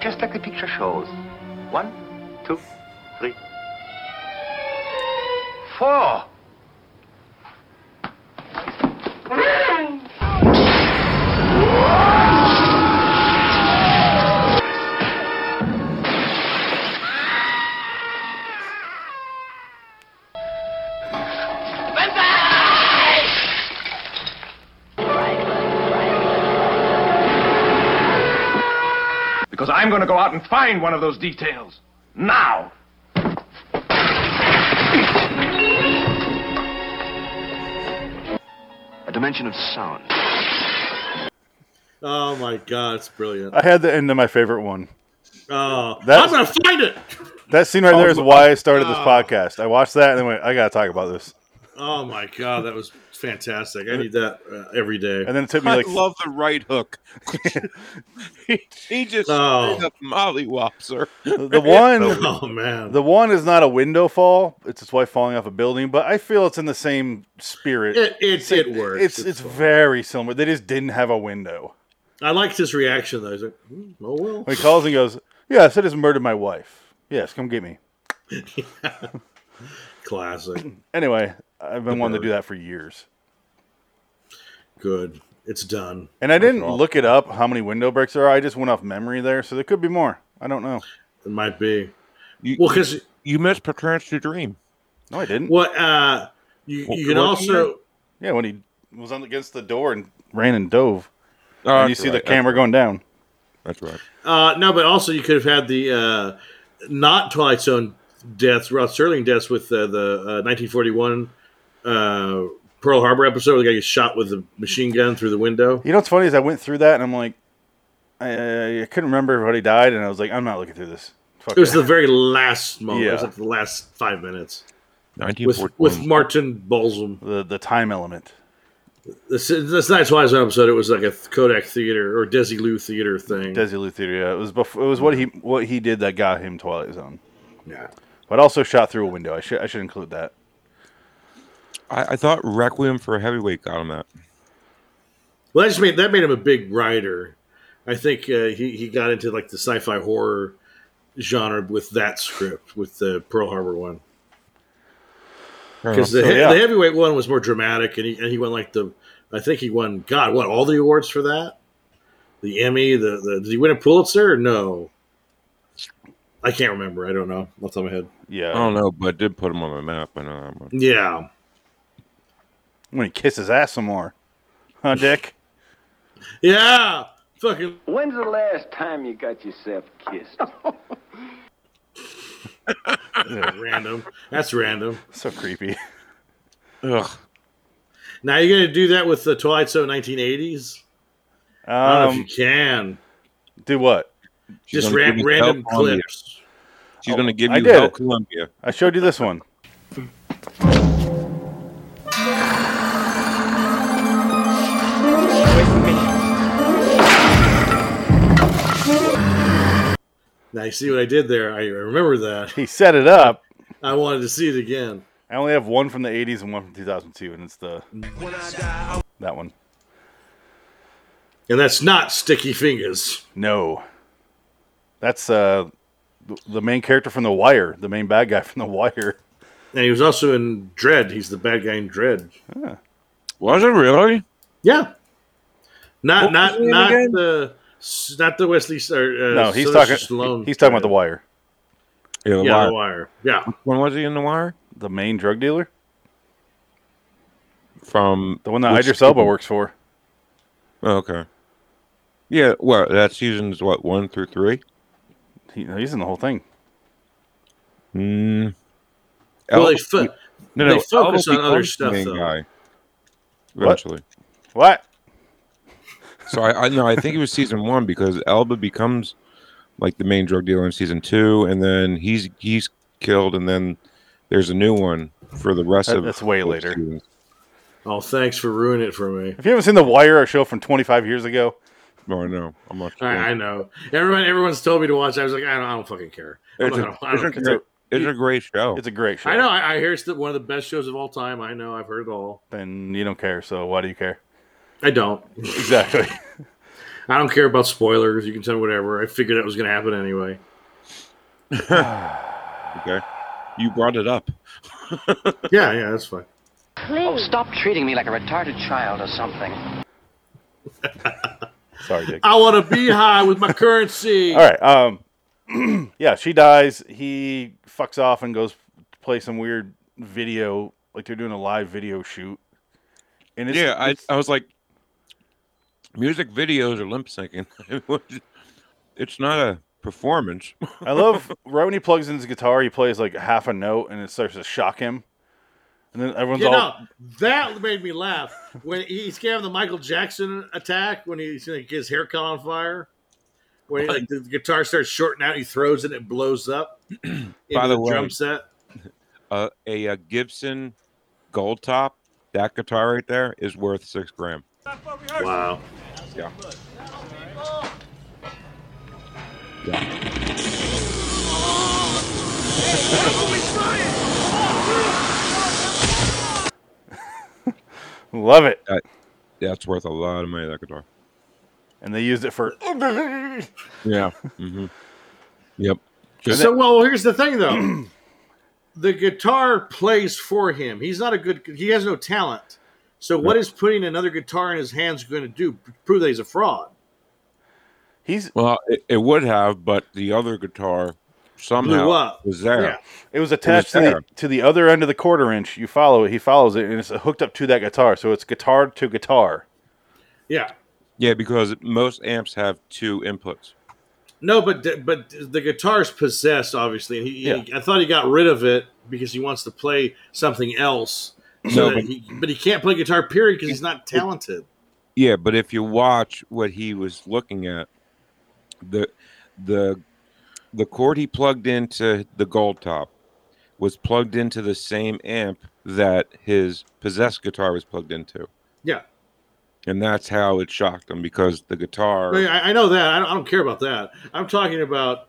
Just like the picture shows. One, two, three. Four.
Because I'm going to go out and find one of those details. Now!
A dimension of sound.
Oh my god, it's brilliant.
I had the end of my favorite one.
Oh, I'm
That's-
gonna find it.
That scene right there is
my-
why I started this
Oh.
podcast. I watched that and then went, I gotta talk about this.
Oh my god, that was fantastic. I need that uh, every day.
And then it took me
I
like
love the right hook. he, he just
Oh.
straight up mollywops her.
the one
Oh man,
The one is not a window fall; it's his wife falling off a building. But I feel it's in the same spirit.
it it, it works.
It's it's,
fine.
very similar. They just didn't have a window.
I liked his reaction though. He's like, "Hmm, oh well.
When he calls and goes, "Yes, I just murdered my wife. Yes, come get me."
Classic.
Anyway, I've been wanting to do that for years,
Good. It's done.
and I didn't look it up how many window breaks there are. I just went off memory there, so there could be more. I don't know.
It might be.
You,
Well, because
you missed Patrice your dream.
No, I didn't.
what uh, you,
Well,
you can
what-
also
Yeah, when he was on against the door and ran and dove,
Oh,
and you
that's
see
right,
the camera going down.
That's right.
uh, no, but also you could have had the uh, not Twilight Zone deaths, Rod Sterling deaths with uh, the uh, 1941 uh, Pearl Harbor episode where the guy gets shot with a machine gun through the window.
You know what's funny is I went through that and I'm like, I, I couldn't remember everybody died, and I was like, I'm not looking through this. Fuck
It was
that.
the very last moment. It was
Yeah.
like the last five minutes with
1941.
with Martin Balsam.
the the time element.
This this Night's Wise episode. It was like a Kodak Theater or Desi Lou Theater thing.
Desilu theory. Yeah, it was before. It was what he what he did that got him Twilight Zone,
yeah.
but also shot through a window. I should I should include that.
I, I thought Requiem for a Heavyweight got him that.
Well, that just made that made him a big writer. I think uh, he he got into like the sci-fi horror genre with that script with the Pearl Harbor one
Fair
because
enough.
the, he-
yeah.
the heavyweight one was more dramatic and he and he won like the I think he won God what all the awards for that the Emmy the, the did he win a Pulitzer or no I can't remember I don't know off the top of my head
Yeah,
I don't know, but it did put him on the map. um, I know that much.
yeah
when he kissed his ass some more, huh, Dick?
yeah fucking
When's the last time you got yourself kissed?
random that's random
so creepy.
Ugh.
now you're gonna do that with the Twilight Zone 1980s I don't know
Um,
if you can.
do what?
She's
Just
gonna
ran,
give you
random
Hell Columbia.
clips.
She's going to give
I
you
did
Hell
it.
Columbia.
I showed you this one.
Now you see what I did there. I remember that.
He set it up.
I wanted to see it again.
I only have one from the 80s and one from 2002, and it's the that one.
And that's not Sticky Fingers.
No, that's uh th- the main character from The Wire, the main bad guy from The Wire.
And he was also in Dread. He's the bad guy in Dread.
Was it really?
Yeah. Not
What was
not
his name
not
again?
the not the Wesley or uh,
no, he's
Sylvester
talking.
Stallone.
He's talking about The Wire,
Yeah, the
yeah,
wire.
The Wire. Yeah.
When was he in the wire?
the main drug dealer,
From
the one that
which-
Idris Elba works for.
Oh, okay. Yeah, well, that season's what one through three.
He, he's in the whole thing.
Mm.
Well, they
Elba-
fo-
no,
they
no,
focus
Elba
on other
becomes the
stuff,
main
though.
guy eventually.
What? What?
So I, I no, I think it was season one because Elba becomes like the main drug dealer in season two, and then he's he's killed, and then there's a new one for the rest
That-
of.
that's way
of
later.
seasons.
Oh, thanks for ruining it for me.
If you haven't seen The Wire, a show from 25 years ago,
No, Oh, I know. I'm not.
I,
sure.
I know. Everyone, everyone's told me to watch. I was like, I don't, I don't fucking care. I'm
It's
not gonna-
a,
I
it's
don't
a
care.
great- it's a great show.
it's a great show.
I know. I, I hear it's the, one of the best shows of all time. I know. I've heard it all.
And you don't care, so why do you care?
I don't.
Exactly.
I don't care about spoilers. You can tell me whatever. I figured that was going to happen anyway.
okay, you brought it up.
Yeah, yeah, that's fine.
Oh, stop treating me like a retarded child or something.
Sorry, Dick.
I want to be high with my currency.
All right. Um, yeah, she dies. He fucks off and goes play some weird video, like they're doing a live video shoot. And it's,
yeah, I,
it's-
I was like, music videos are limp syncing. it's not a performance.
I love right when he plugs in his guitar, he plays like half a note, and it starts to shock him. And then everyone's
You
all
know, that made me laugh when he's having the Michael Jackson attack when he's like, his hair caught on fire. When he, like the guitar starts shorting out, he throws it, and it blows up. into
By the way-
drum set.
Uh, a, uh Gibson Gold Top, that guitar right there is worth six grand.
Wow.
Yeah.
love it,
That's worth a lot of money. That guitar.
and they used it for.
Yeah. hmm Yep.
So, well, here's the thing though the guitar plays for him. He's not a good, he has no talent. So, what is putting another guitar in his hands going to do? Prove that he's a fraud.
He's
Well, it, it would have, but the other guitar somehow
Blew up.
was there.
Yeah.
it was attached to
there.
the to the other end of the quarter inch. You follow it. He follows it, and it's hooked up to that guitar. So it's guitar to guitar.
Yeah.
Yeah, because most amps have two inputs.
No, but the- but the guitar's possessed, obviously, and he, he- I thought he got rid of it because he wants to play something else. So that
No, but-
he, but he can't play guitar, period, because he's not talented.
Yeah, but if you watch what he was looking at, the the the cord he plugged into the gold top was plugged into the same amp that his possessed guitar was plugged into.
Yeah.
And that's how it shocked him because the guitar
I, mean, I I know that. I don't, I don't care about that. I'm talking about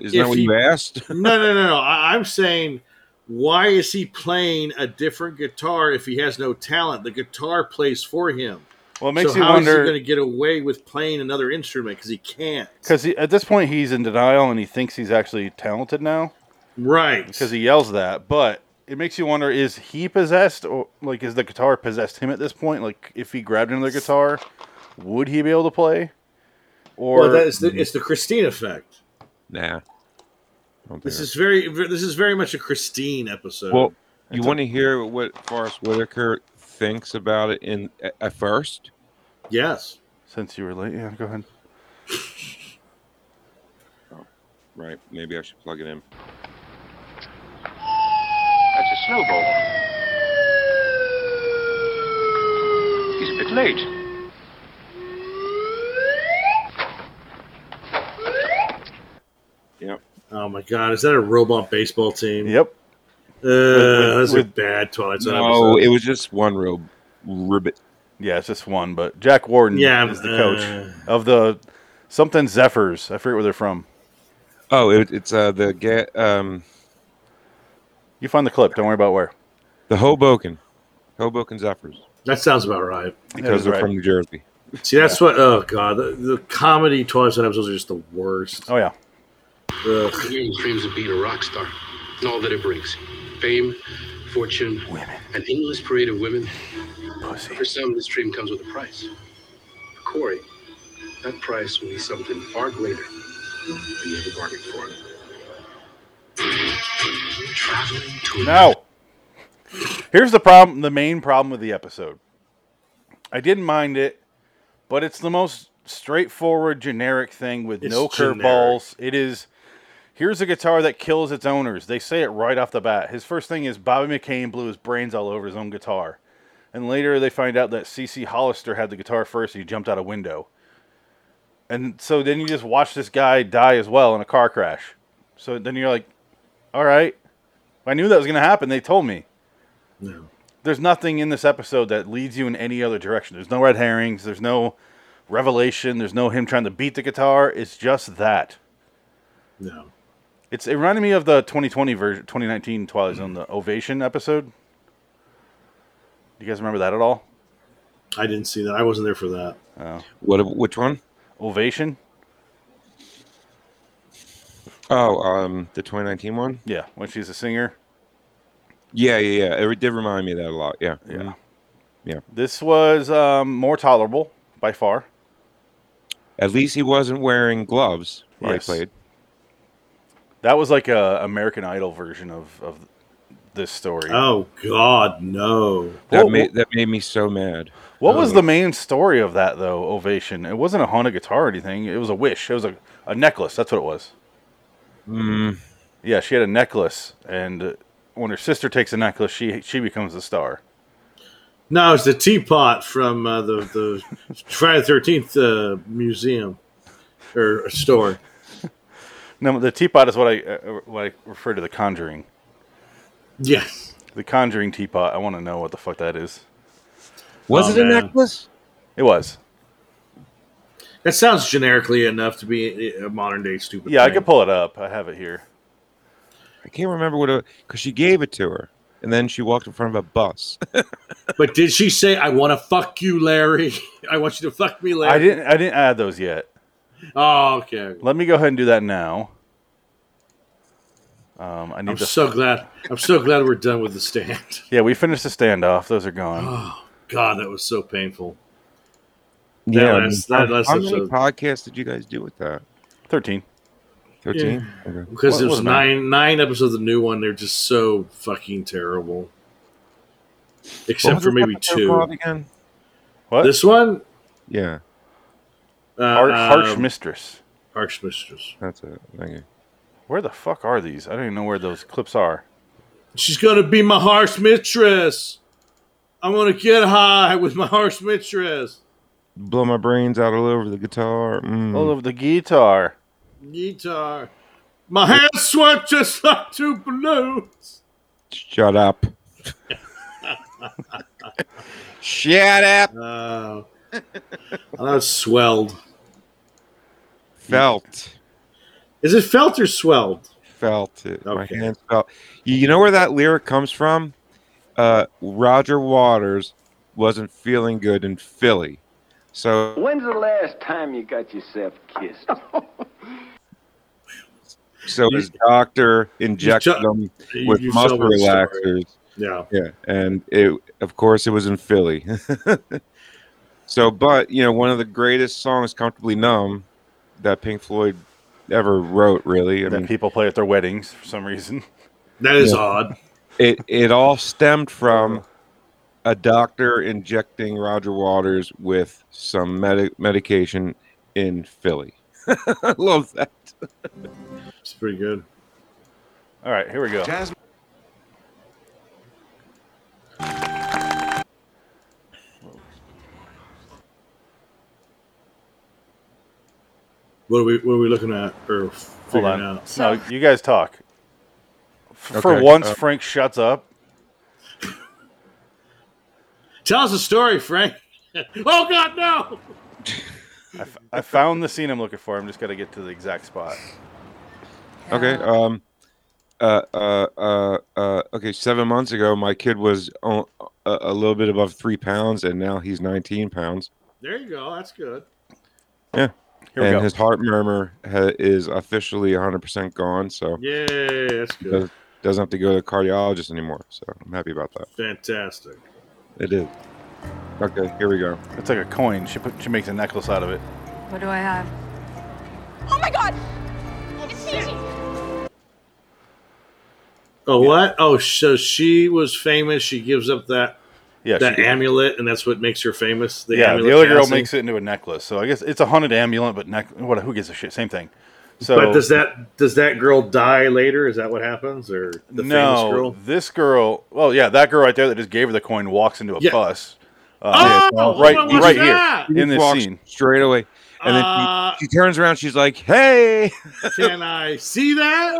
is not
if
what
he-
you asked.
no, no, no, no. I, I'm saying, why is he playing a different guitar if he has no talent? The guitar plays for him.
Well, it makes
so
you
how is
wonder.
he going to get away with playing another instrument? Because he can't.
Because at this point, he's in denial and he thinks he's actually talented now
Right.
because he yells that. But it makes you wonder is he possessed or like is the guitar possessed him at this point? Like, if he grabbed another guitar, would he be able to play? Or
well, that is the, it's the Christine effect.
nah. Don't
This
think
is very. This is very much a Christine episode.
Well, you want to hear what Forrest Whitaker thinks about it in at- at first?
yes.
since you were late, yeah, go ahead.
Right. Maybe I should plug it in.
That's a snowball. He's a bit late.
Yep.
Oh my God! Is that a robot baseball team?
Yep.
Uh, that's a
with-
bad Twilight Zone
No,
episode.
it was just one real ribbit.
Yeah, it's just one, but Jack Warden
Yeah,
is the
uh,
coach of the something Zephyrs. I forget where they're from.
Oh, it, it's uh, the ga- um,
You find the clip. Don't worry about where.
the Hoboken, Hoboken Zephyrs
That sounds about right.
because they're from New Jersey.
See, that's what. Oh god, the, the comedy Twilight Zone episodes are just the worst.
Oh yeah.
Ugh.
The game craves of being a rock star and all that it brings fame, fortune, an endless parade of women. For some, this dream comes with a price. For Corey, that price will be something far greater than you ever bargained for. Traveling to
No. Here's the problem. The main problem with the episode. I didn't mind it, but it's the most straightforward, generic thing with
It's
no
generic.
curveballs. It is. Here's a guitar that kills its owners. They say it right off the bat. His first thing is Bobby McCain blew his brains all over his own guitar. And later they find out that CC Hollister had the guitar first. He jumped out a window. And so then you just watch this guy die as well in a car crash. So then you're like, all right. I knew that was going to happen. They told me.
No.
There's nothing in this episode that leads you in any other direction. There's no red herrings. There's no revelation. There's no him trying to beat the guitar. It's just that.
No.
It's it reminded me of the 2020 version, 2019 Twilight Zone, the Ovation episode. Do you guys remember that at all?
I didn't see that. I wasn't there for that.
What? Which one?
Ovation.
Oh, um, the 2019 one.
Yeah, when she's a singer.
Yeah, yeah, yeah. It did remind me of that a lot. Yeah, Mhm.
This was um, more tolerable by far.
At least he wasn't wearing gloves while
Yes.
he played.
That was like a American Idol version of of this story.
Oh god, no.
That
What-
made that made me so mad.
What was the main story of that though? Ovation. It wasn't a haunted guitar or anything. It was a wish. It was a, a necklace. That's what it was.
Mm,
Yeah, she had a necklace, and uh, when her sister takes a necklace, she she becomes the star.
No, it's the teapot from uh, the the Friday the Thirteenth uh, museum or uh, store.
No, the teapot is what I uh, what I refer to the Conjuring.
Yes.
The Conjuring teapot. I want to know what the fuck that is.
was
Oh,
it a
man.
necklace?
It was.
That sounds generically enough to be a a modern day stupid.
Yeah, I
thing.
could pull it up. I have it here.
I can't remember what it because she gave it to her, and then she walked in front of a bus.
But did she say, "I want to fuck you, Larry. I want you to fuck me, Larry"?
I didn't I didn't add those yet.
Oh, okay.
Let me go ahead and do that now. Um, I need
I'm
to.
so glad. I'm so glad we're done with the stand.
yeah, we finished the standoff. Those are gone.
Oh God, that was so painful.
yeah, I
that's-
mean,
that-
how-
that's
how
the-
many podcasts did you guys do with that?
Thirteen.
Thirteen. Okay.
Because
What
there's
was that?
nine nine episodes of the new one. They're just so fucking terrible. Except
What was
for
this
maybe
episode
two.
called Again?
What?
This one,
Yeah,
uh,
Har- harsh
um,
mistress.
harsh mistress.
that's it. Okay.
Where the fuck are these? I don't even know where those clips are.
She's gonna be my harsh mistress. I'm gonna get high with my harsh mistress.
Blow my brains out all over the guitar.
Hmm.
Mm.
All of the guitar.
Guitar. uh, My hands sweat just like two balloons.
Shut up. Shut up.
Oh, I was swelled.
Felt.
Is it felt or swelled?
felt it. My
Okay.
hands felt. You, you know where that lyric comes from? Uh, Roger Waters wasn't feeling good in Philly, so
When's the last time you got yourself kissed?
so his doctor injected
ju-
him
you-
with
you
muscle
sold the story.
relaxers.
Yeah.
Yeah, and it of course it was in Philly. so, but you know, one of the greatest songs, "Comfortably Numb," that Pink Floyd ever wrote. Really, I
Hmm.
that
mean,
people play at their weddings for some reason.
That is
Yeah.
odd.
it it all stemmed from
Uh-huh.
a doctor injecting Roger Waters with some medi- medication in Philly. I love that.
It's pretty good.
All right, here we go.
Jasmine.
What are we What are we looking at or
Hold
figuring
on.
out?
No, you guys talk. F- For
Okay,
once,
uh,
Frank shuts up.
Tell us a story, Frank. oh God, no!
I found the scene I'm looking for. I'm just got to get to the exact spot.
Okay. Um. Uh. Uh. Uh. uh okay. Seven months ago, my kid was o- a, a little bit above three pounds, and now he's 19 pounds.
There you go. That's good.
Yeah.
Here we
and
go.
his heart murmur ha- is officially 100% gone, so
Yay, that's
does,
good.
doesn't have to go to a cardiologist anymore. So I'm happy about that.
Fantastic.
It is. Okay, here we go.
It's like a coin. She put, she makes a necklace out of it.
What do I have?
Oh my god! it's Gigi!
Oh what? Oh, so she was famous. She gives up that
Yeah,
that
she did.
amulet, and that's what makes her famous. The
yeah,
amulet
the other girl
casting.
makes it into a necklace. So I guess it's a haunted amulet, but neck. What? Who gives a shit? Same thing. So
but does that does that girl die later? Is that what happens? Or the
no,
famous girl?
this girl. Well, yeah, that girl right there that just gave her the coin walks into a
Yeah.
bus.
Oh,
Um,
I
right,
wanna watch
right
that!
here in this
Walks
scene.
straight away, and then she-
Uh,
she, turns around. She's like, "Hey!"
Can I see that?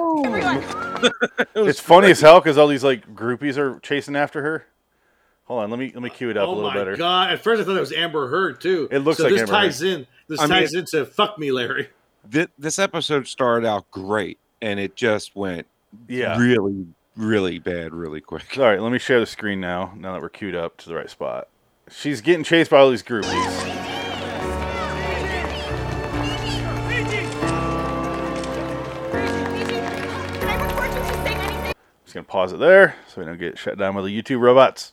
It's funny as hell because all these like groupies are chasing after her. Hold on, let me let me cue it up a
oh
little
my
better.
god! At first, I thought it was Amber Heard too.
It looks
so
like
this
Amber
ties
Heard.
in. This
I mean-
ties into "fuck me, Larry."
Thi- this episode started out great, and it just went
Yeah.
really, really bad, really quick.
All right, let me share the screen now. Now that we're queued up to the right spot, she's getting chased by all these groupies. Just gonna pause it there so we don't get shut down by the YouTube robots.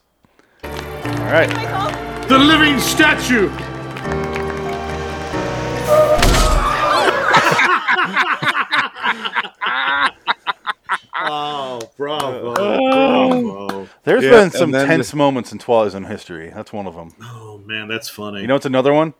All right,
The living statue. oh, bravo! bravo.
There's
Yeah,
been
and
some
then
tense moments in Twilight Zone history. That's one of them.
Oh man, that's funny.
You know, it's another one.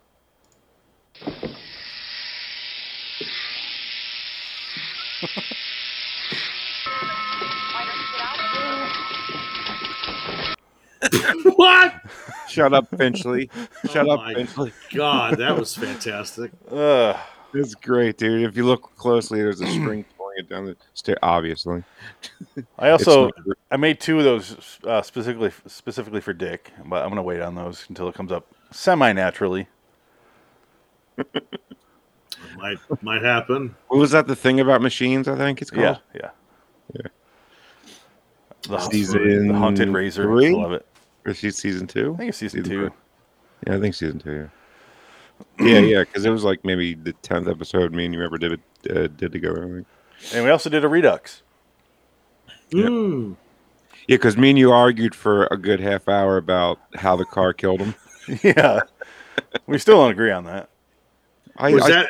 what?
Shut up, Finchley. Shut
Oh
up,
my
Finchley.
God, that was fantastic.
Ugh.
It's great, dude. If you look closely, there's a string pulling it down the stair. Obviously,
I
It's
also
not good.
I made two of those uh, specifically specifically for Dick, but I'm gonna wait on those until it comes up semi naturally.
might might happen.
what was that? The thing about machines, I think it's called.
Yeah, yeah. The,
season
the haunted razor.
three?
Love it.
Or is she season two? I
think it's season two.
Yeah, I think season two. Yeah, yeah, yeah. Because it was like maybe the tenth episode. Me and you ever did it uh, did together. I think.
And we also did a redux.
Mm.
Yeah, because me and you argued for a good half hour about how the car killed him.
yeah, we still don't agree on that.
I,
was
I-
that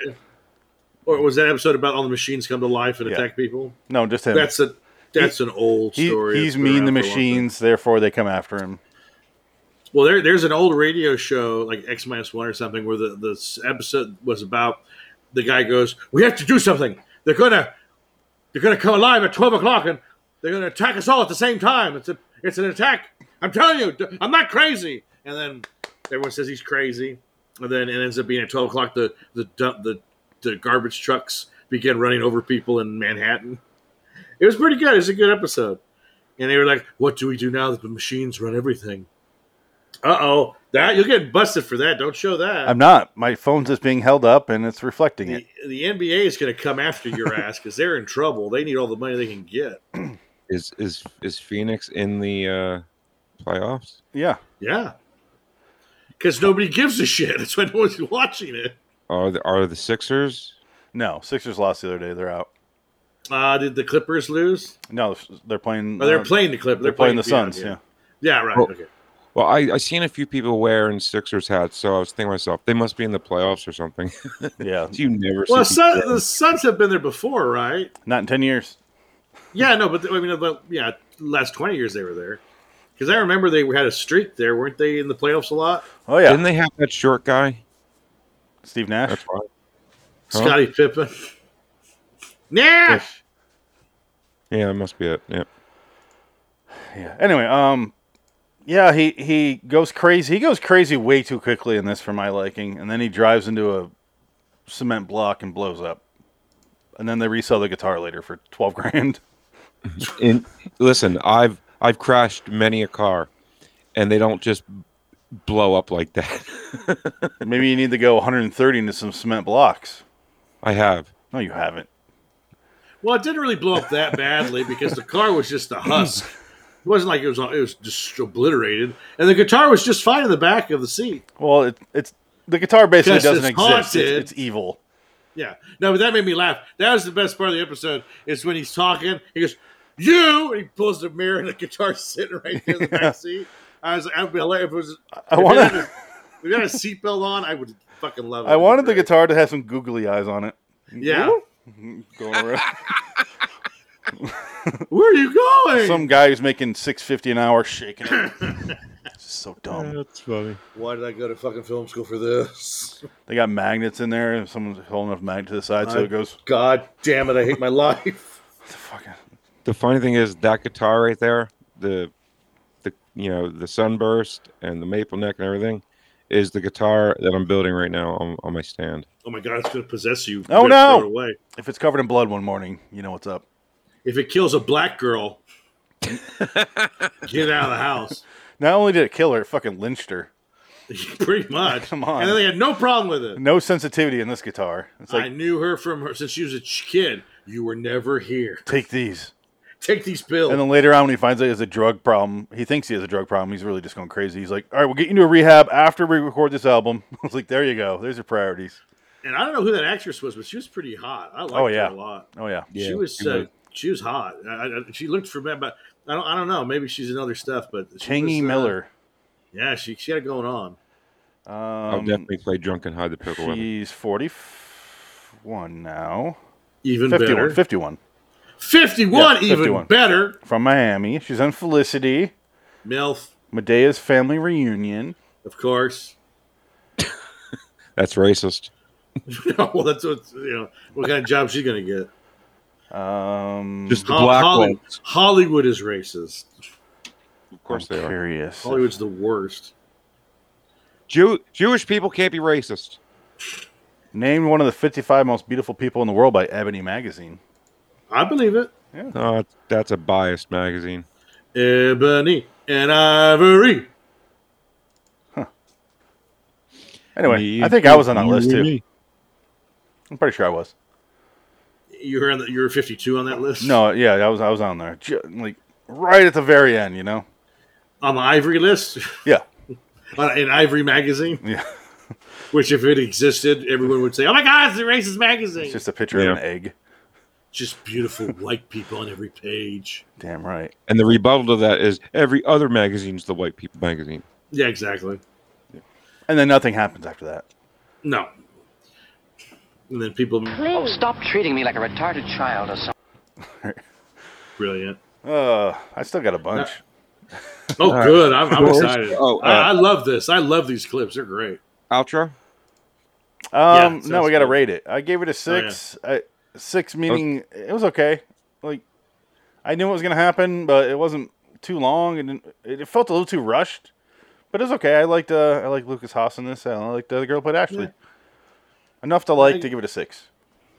or was that episode about all the machines come to life and attack people?
No, just him.
That's a that's
He-
an old
he-
story.
he's
It's been
mean
around
the
for a long time.
machines, therefore they come after him.
Well, there, there's an old radio show like X minus one or something where the this episode was about the guy goes, "We have to do something. They're gonna they're gonna come alive at twelve o'clock and they're gonna attack us all at the same time. It's a it's an attack. I'm telling you, d- I'm not crazy." And then everyone says he's crazy, and then it ends up being at twelve o'clock. The the dump, the the garbage trucks begin running over people in Manhattan. It was pretty good. It was a good episode. And they were like, "What do we do now that the machines run everything?" Uh oh, that you'll get busted for that. Don't show that.
I'm not. My phone's just being held up and it's reflecting it.
the NBA is going to come after your ass because they're in trouble. They need all the money they can get.
is is is Phoenix in the uh, playoffs?
Yeah,
Yeah, because nobody gives a shit. That's why no one's watching it.
Are the are the Sixers?
No, Sixers lost the other day. They're out.
Uh, did the Clippers lose?
No, they're playing.
Oh, they're
uh,
playing the Clippers.
They're, playing, the Suns.
yeah,
Yeah.
yeah, right.
Well-
okay.
Well, I I seen a few people wearing Sixers hats, so I was thinking to myself they must be in the playoffs or something.
Yeah.
you never.
Well,
see
Sun,
people-
the Suns have been there before, right?
Not in ten years.
Yeah, no, but I mean, about yeah, last twenty years they were there. Because I remember they had a streak there, weren't they in the playoffs a lot?
Oh yeah.
Didn't they have that short guy?
Steve Nash.
Huh?
Scottie Pippen, Nash.
Yeah, that must be it. Yeah.
Yeah. Anyway, um, yeah, he he goes crazy. He goes crazy way too quickly in this for my liking, and then he drives into a cement block and blows up. And then they resell the guitar later for twelve grand.
And listen, I've I've crashed many a car, and they don't just blow up like that.
Maybe you need to go 130 into some cement blocks.
I have.
No, you haven't.
Well, it didn't really blow up that badly because the car was just a husk. It wasn't like it was it was just obliterated, and the guitar was just fine in the back of the seat.
Well, it, it's the guitar basically
'Cause
doesn't
it's
exist.
haunted.
It's, it's evil.
Yeah, no, but that made me laugh. That was the best part of the episode is when he's talking. He goes, "You," and he pulls the mirror, and the guitar's sitting right there in the
Yeah.
back seat. I was like, I'd be hilarious if it was.
I
if
wanna-
it had a- If you had a seatbelt on, I would fucking love it.
I wanted the guitar to have some googly eyes on it.
Yeah.
Going around.
Where are you going?
Some guy who's making six fifty an hour shaking it. It's just so dumb.
That's funny.
Why did I go to fucking film school for this?
They got magnets in there, and someone's holding a magnet to the side, so
My
it goes.
God damn it! I hate my life.
The funny thing is that guitar right there, the the you know the sunburst and the maple neck and everything, is the guitar that I'm building right now on, on my stand.
Oh my God, it's gonna possess you.
Oh
You're gonna throw it
no!
away.
If it's covered in blood one morning, you know what's up.
If it kills a black girl, get out of the house.
Not only did it kill her, it fucking lynched her.
Pretty much.
Come on.
And then they had no problem with it.
No sensitivity in this guitar. It's like
I knew her from her since she was a ch- kid. You were never here.
take these.
Take these pills.
And then later on, when he finds out he has a drug problem, he thinks he has a drug problem. He's really just going crazy. He's like, "All right, we'll get you into a rehab after we record this album." I was like, "There you go. There's your priorities."
And I don't know who that actress was, but she was pretty hot. I liked
Oh, yeah.
her a lot.
Oh, yeah.
she
Yeah,
was.
she
uh,
was.
She was hot. I, I, she looked for me, but I don't. I don't know. Maybe she's in other stuff. But she
Tangy
was, uh,
Miller.
yeah, she she had it going on.
I'll
Um,
definitely play drunk and hide the pickle with
She's 41 now.
Even
51,
better.
51.
Fifty-one,
Yeah,
even
51.
better.
From Miami. She's on Felicity.
Milf,
Medea's Family Reunion.
of course.
That's racist.
well, that's what you know. What kind of job she's gonna get?
Um,
Just the black
Hollywood,
ones.
Hollywood is racist.
Of course
I'm
they are.
curious.
Hollywood's the worst.
Jew- Jewish people can't be racist.
Named one of the 55 most beautiful people in the world by Ebony Magazine.
I believe it.
Oh, that's a biased magazine.
Ebony and ivory.
Anyway,
Me,
I think I was on that
you,
list
and
too.
me.
I'm pretty sure I was.
You were on the, you were fifty two on that list.
No, yeah, I was. I was on there, Ju- like right at the very end. You know.
on the ivory list
Yeah.
on, in Ivory magazine.
Yeah.
Which, if it existed, everyone would say, "Oh my God, it's a racist magazine."
It's just a picture of
Yeah.
an egg.
Just beautiful white people on every page.
Damn right.
And the rebuttal to that is every other magazine's the white people magazine.
Yeah, exactly.
And then nothing happens after that.
No. And then people,
Oh, stop treating me like a retarded child or something.
brilliant.
Uh, I still got a bunch.
Oh,
All right.
good. I'm, I'm
Well,
excited.
oh,
I, I
uh,
love this. I love these clips. They're great.
Outro.
Yeah,
Um, no,
sounds
we got to
good. Oh,
rate it. I gave it a six. I, six meaning it was okay. Like I knew what was gonna happen, but it wasn't too long, and it, it felt a little too rushed. But it was okay. I liked uh, I liked Lucas Haas in this, and I liked the other girl who played Ashley. Enough to like to give it a six.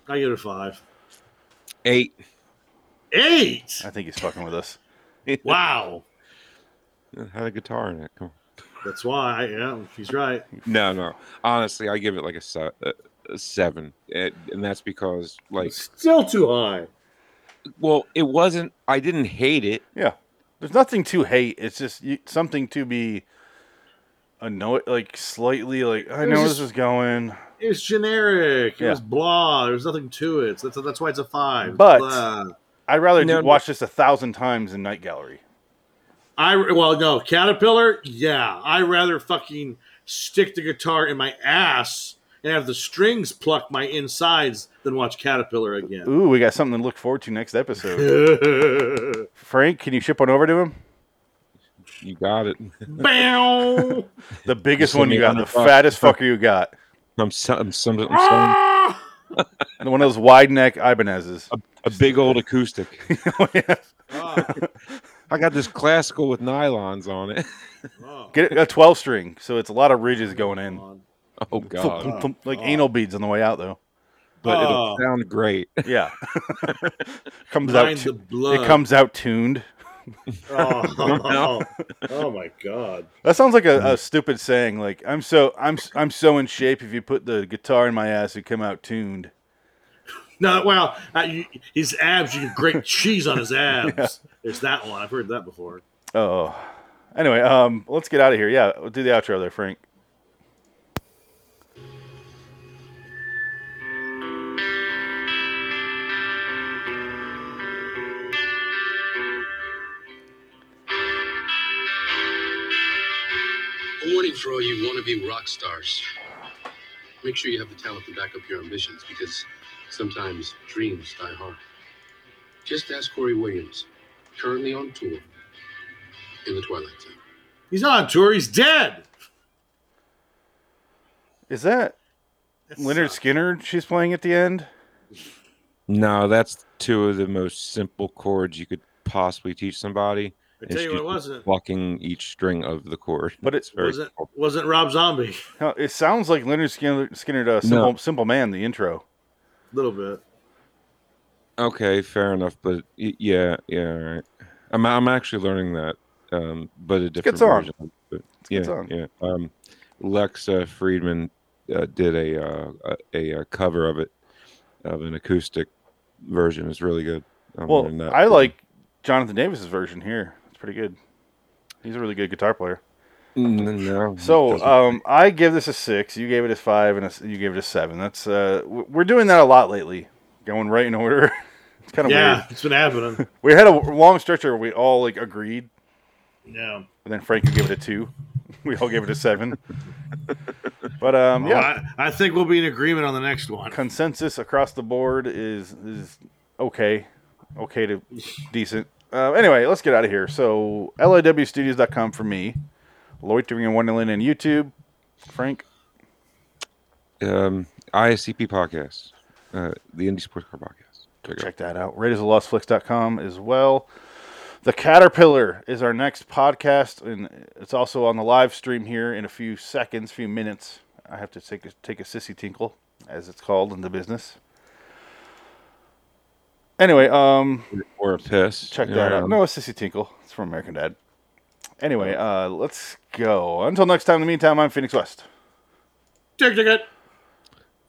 I give it a five.
Eight.
Eight.
I think he's fucking with us.
Wow.
It had a guitar in it. Come on.
That's why. Yeah, he's right.
No, no. Honestly, I give it like a, se- a a seven, It- and that's because like,
Still too high.
well, it wasn't. I didn't hate it.
Yeah, there's nothing to hate. It's just you, something to be annoyed, like slightly, like I
It was
know where
just-
this is going.
It was generic. It
Yeah.
was blah. There's nothing to it. So that's, that's why it's a five.
But-
Blah.
I'd rather
No,
do-
no.
watch this a thousand times in Night Gallery.
I well no caterpillar. Yeah, I rather fucking stick the guitar in my ass and have the strings pluck my insides than watch caterpillar again.
Ooh, we got something to look forward to next episode.
Bow.
Frank, can you ship one over to him?
You got it.
The biggest
send
one
me
you got, the
100 bucks.
fattest fucker you got,
I'm some, I'm some, I'm
Ah!
some
And one of those wide neck Ibanezes.
a big old acoustic.
Oh, yeah.
Ah,
I got this classical with nylons on it.
ah,
Get it- a twelve string, so it's a lot of ridges going in,
God.
Oh
Thump,
God!
thump, thump, like anal beads on the way out though.
But
Oh.
it'll sound great.
Yeah, comes out.
Mind
tu-
the blood.
It comes out tuned.
Oh, oh my god.
That sounds like a,
Mm.
a stupid saying. Like I'm so I'm s- I'm so in shape. If you put the guitar in my ass, it come out tuned.
No, well, uh, you, his abs, you could grate cheese on his abs. There's that one. I've heard that before.
Oh. Anyway, um, let's get out of here. Yeah, we'll do the outro there, Frank.
A warning for all you wannabe rock stars. Make sure you have the talent to back up your ambitions because sometimes dreams die hard. Just ask Corey Williams, currently on tour in the Twilight Zone.
He's not on tour. He's dead.
Is that Leonard Skinner she's playing at the end?
No, that's two of the most simple chords you could possibly teach somebody.
I
is
tell you what, it
just
wasn't.
Plucking each string of the chord.
But
it's very
Wasn't wasn't Rob Zombie?
No, it sounds like Leonard Skinner, Skinner to Simple, Simple Man, the intro.
A little bit.
Okay, fair enough, but y- yeah, yeah, all right. I'm I'm actually learning that, um, but a different
song.
version. But
It's a
yeah,
good song.
yeah. Um, Lexa Friedman uh, did a, uh, a a cover of it, of an acoustic version. It's really good. I'm
well,
learning that.
I like Jonathan Davis's version here. It's pretty good. He's a really good guitar player.
Mm, No, it
So
doesn't.
um, I give this a six. You gave it a five, and a s you gave it a seven. That's uh, w- we're doing that a lot lately. Going right in order. it's kind of
yeah,
weird.
it's been happening.
We had a long stretch where we all like agreed,
yeah.
and then Frank gave it a two. We all gave it a seven. but um,
Well,
yeah,
I, I think we'll be in agreement on the next one.
consensus across the board is is okay, okay to decent. Uh, anyway, let's get out of here. So liwstudios.com for me, loitering in Wonderland and YouTube. Frank,
um, ISCP podcast, uh, the Indie Sports Car podcast.
check that out. Raiders of Lost Flicks.com as well. The Caterpillar is our next podcast, and it's also on the live stream here in a few seconds, few minutes. I have to take a, take a sissy tinkle, as it's called in the business. Anyway, um,
or a piss. Um,
Check
you
that
know,
out. No, it's Sissy Tinkle. It's from American Dad. Anyway, uh, let's go. Until next time. In the meantime, I'm Phoenix West.
Check, check it.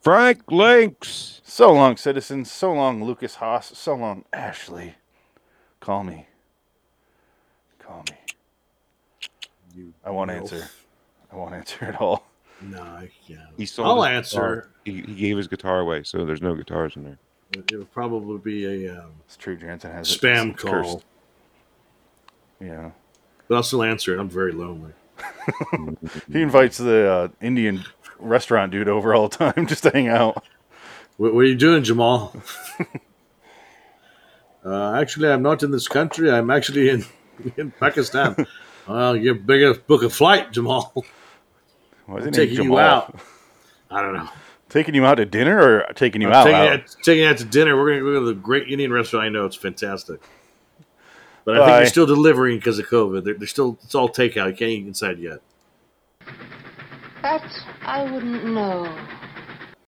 Frank Links.
So long, citizens. So long, Lucas Haas. So long, Ashley. Call me. Call me. I won't
milf.
answer. I won't answer at all.
No, I can't.
He sold
I'll
his guitar.
answer.
He, he gave his guitar away, so there's no guitars in there.
It would probably be a um,
It's true. Jansen has it.
spam
It's
call,
cursed. Yeah.
but I'll still answer it. I'm very lonely.
He invites the uh, Indian restaurant dude over all the time just to hang out.
What, what are you doing, Jamal? uh, actually, I'm not in this country. I'm actually in in Pakistan. well, you better book a flight, Jamal.
Why
I'm
is
taking you out. I don't know.
Taking you out to dinner or taking you
I'm
out?
taking,
out?
Out, taking out to dinner. We're going to go to the great Indian restaurant. I know it's fantastic. But I think
Bye.
they're still delivering because of COVID. They're, they're still it's all takeout. You can't eat inside yet.
That I wouldn't know.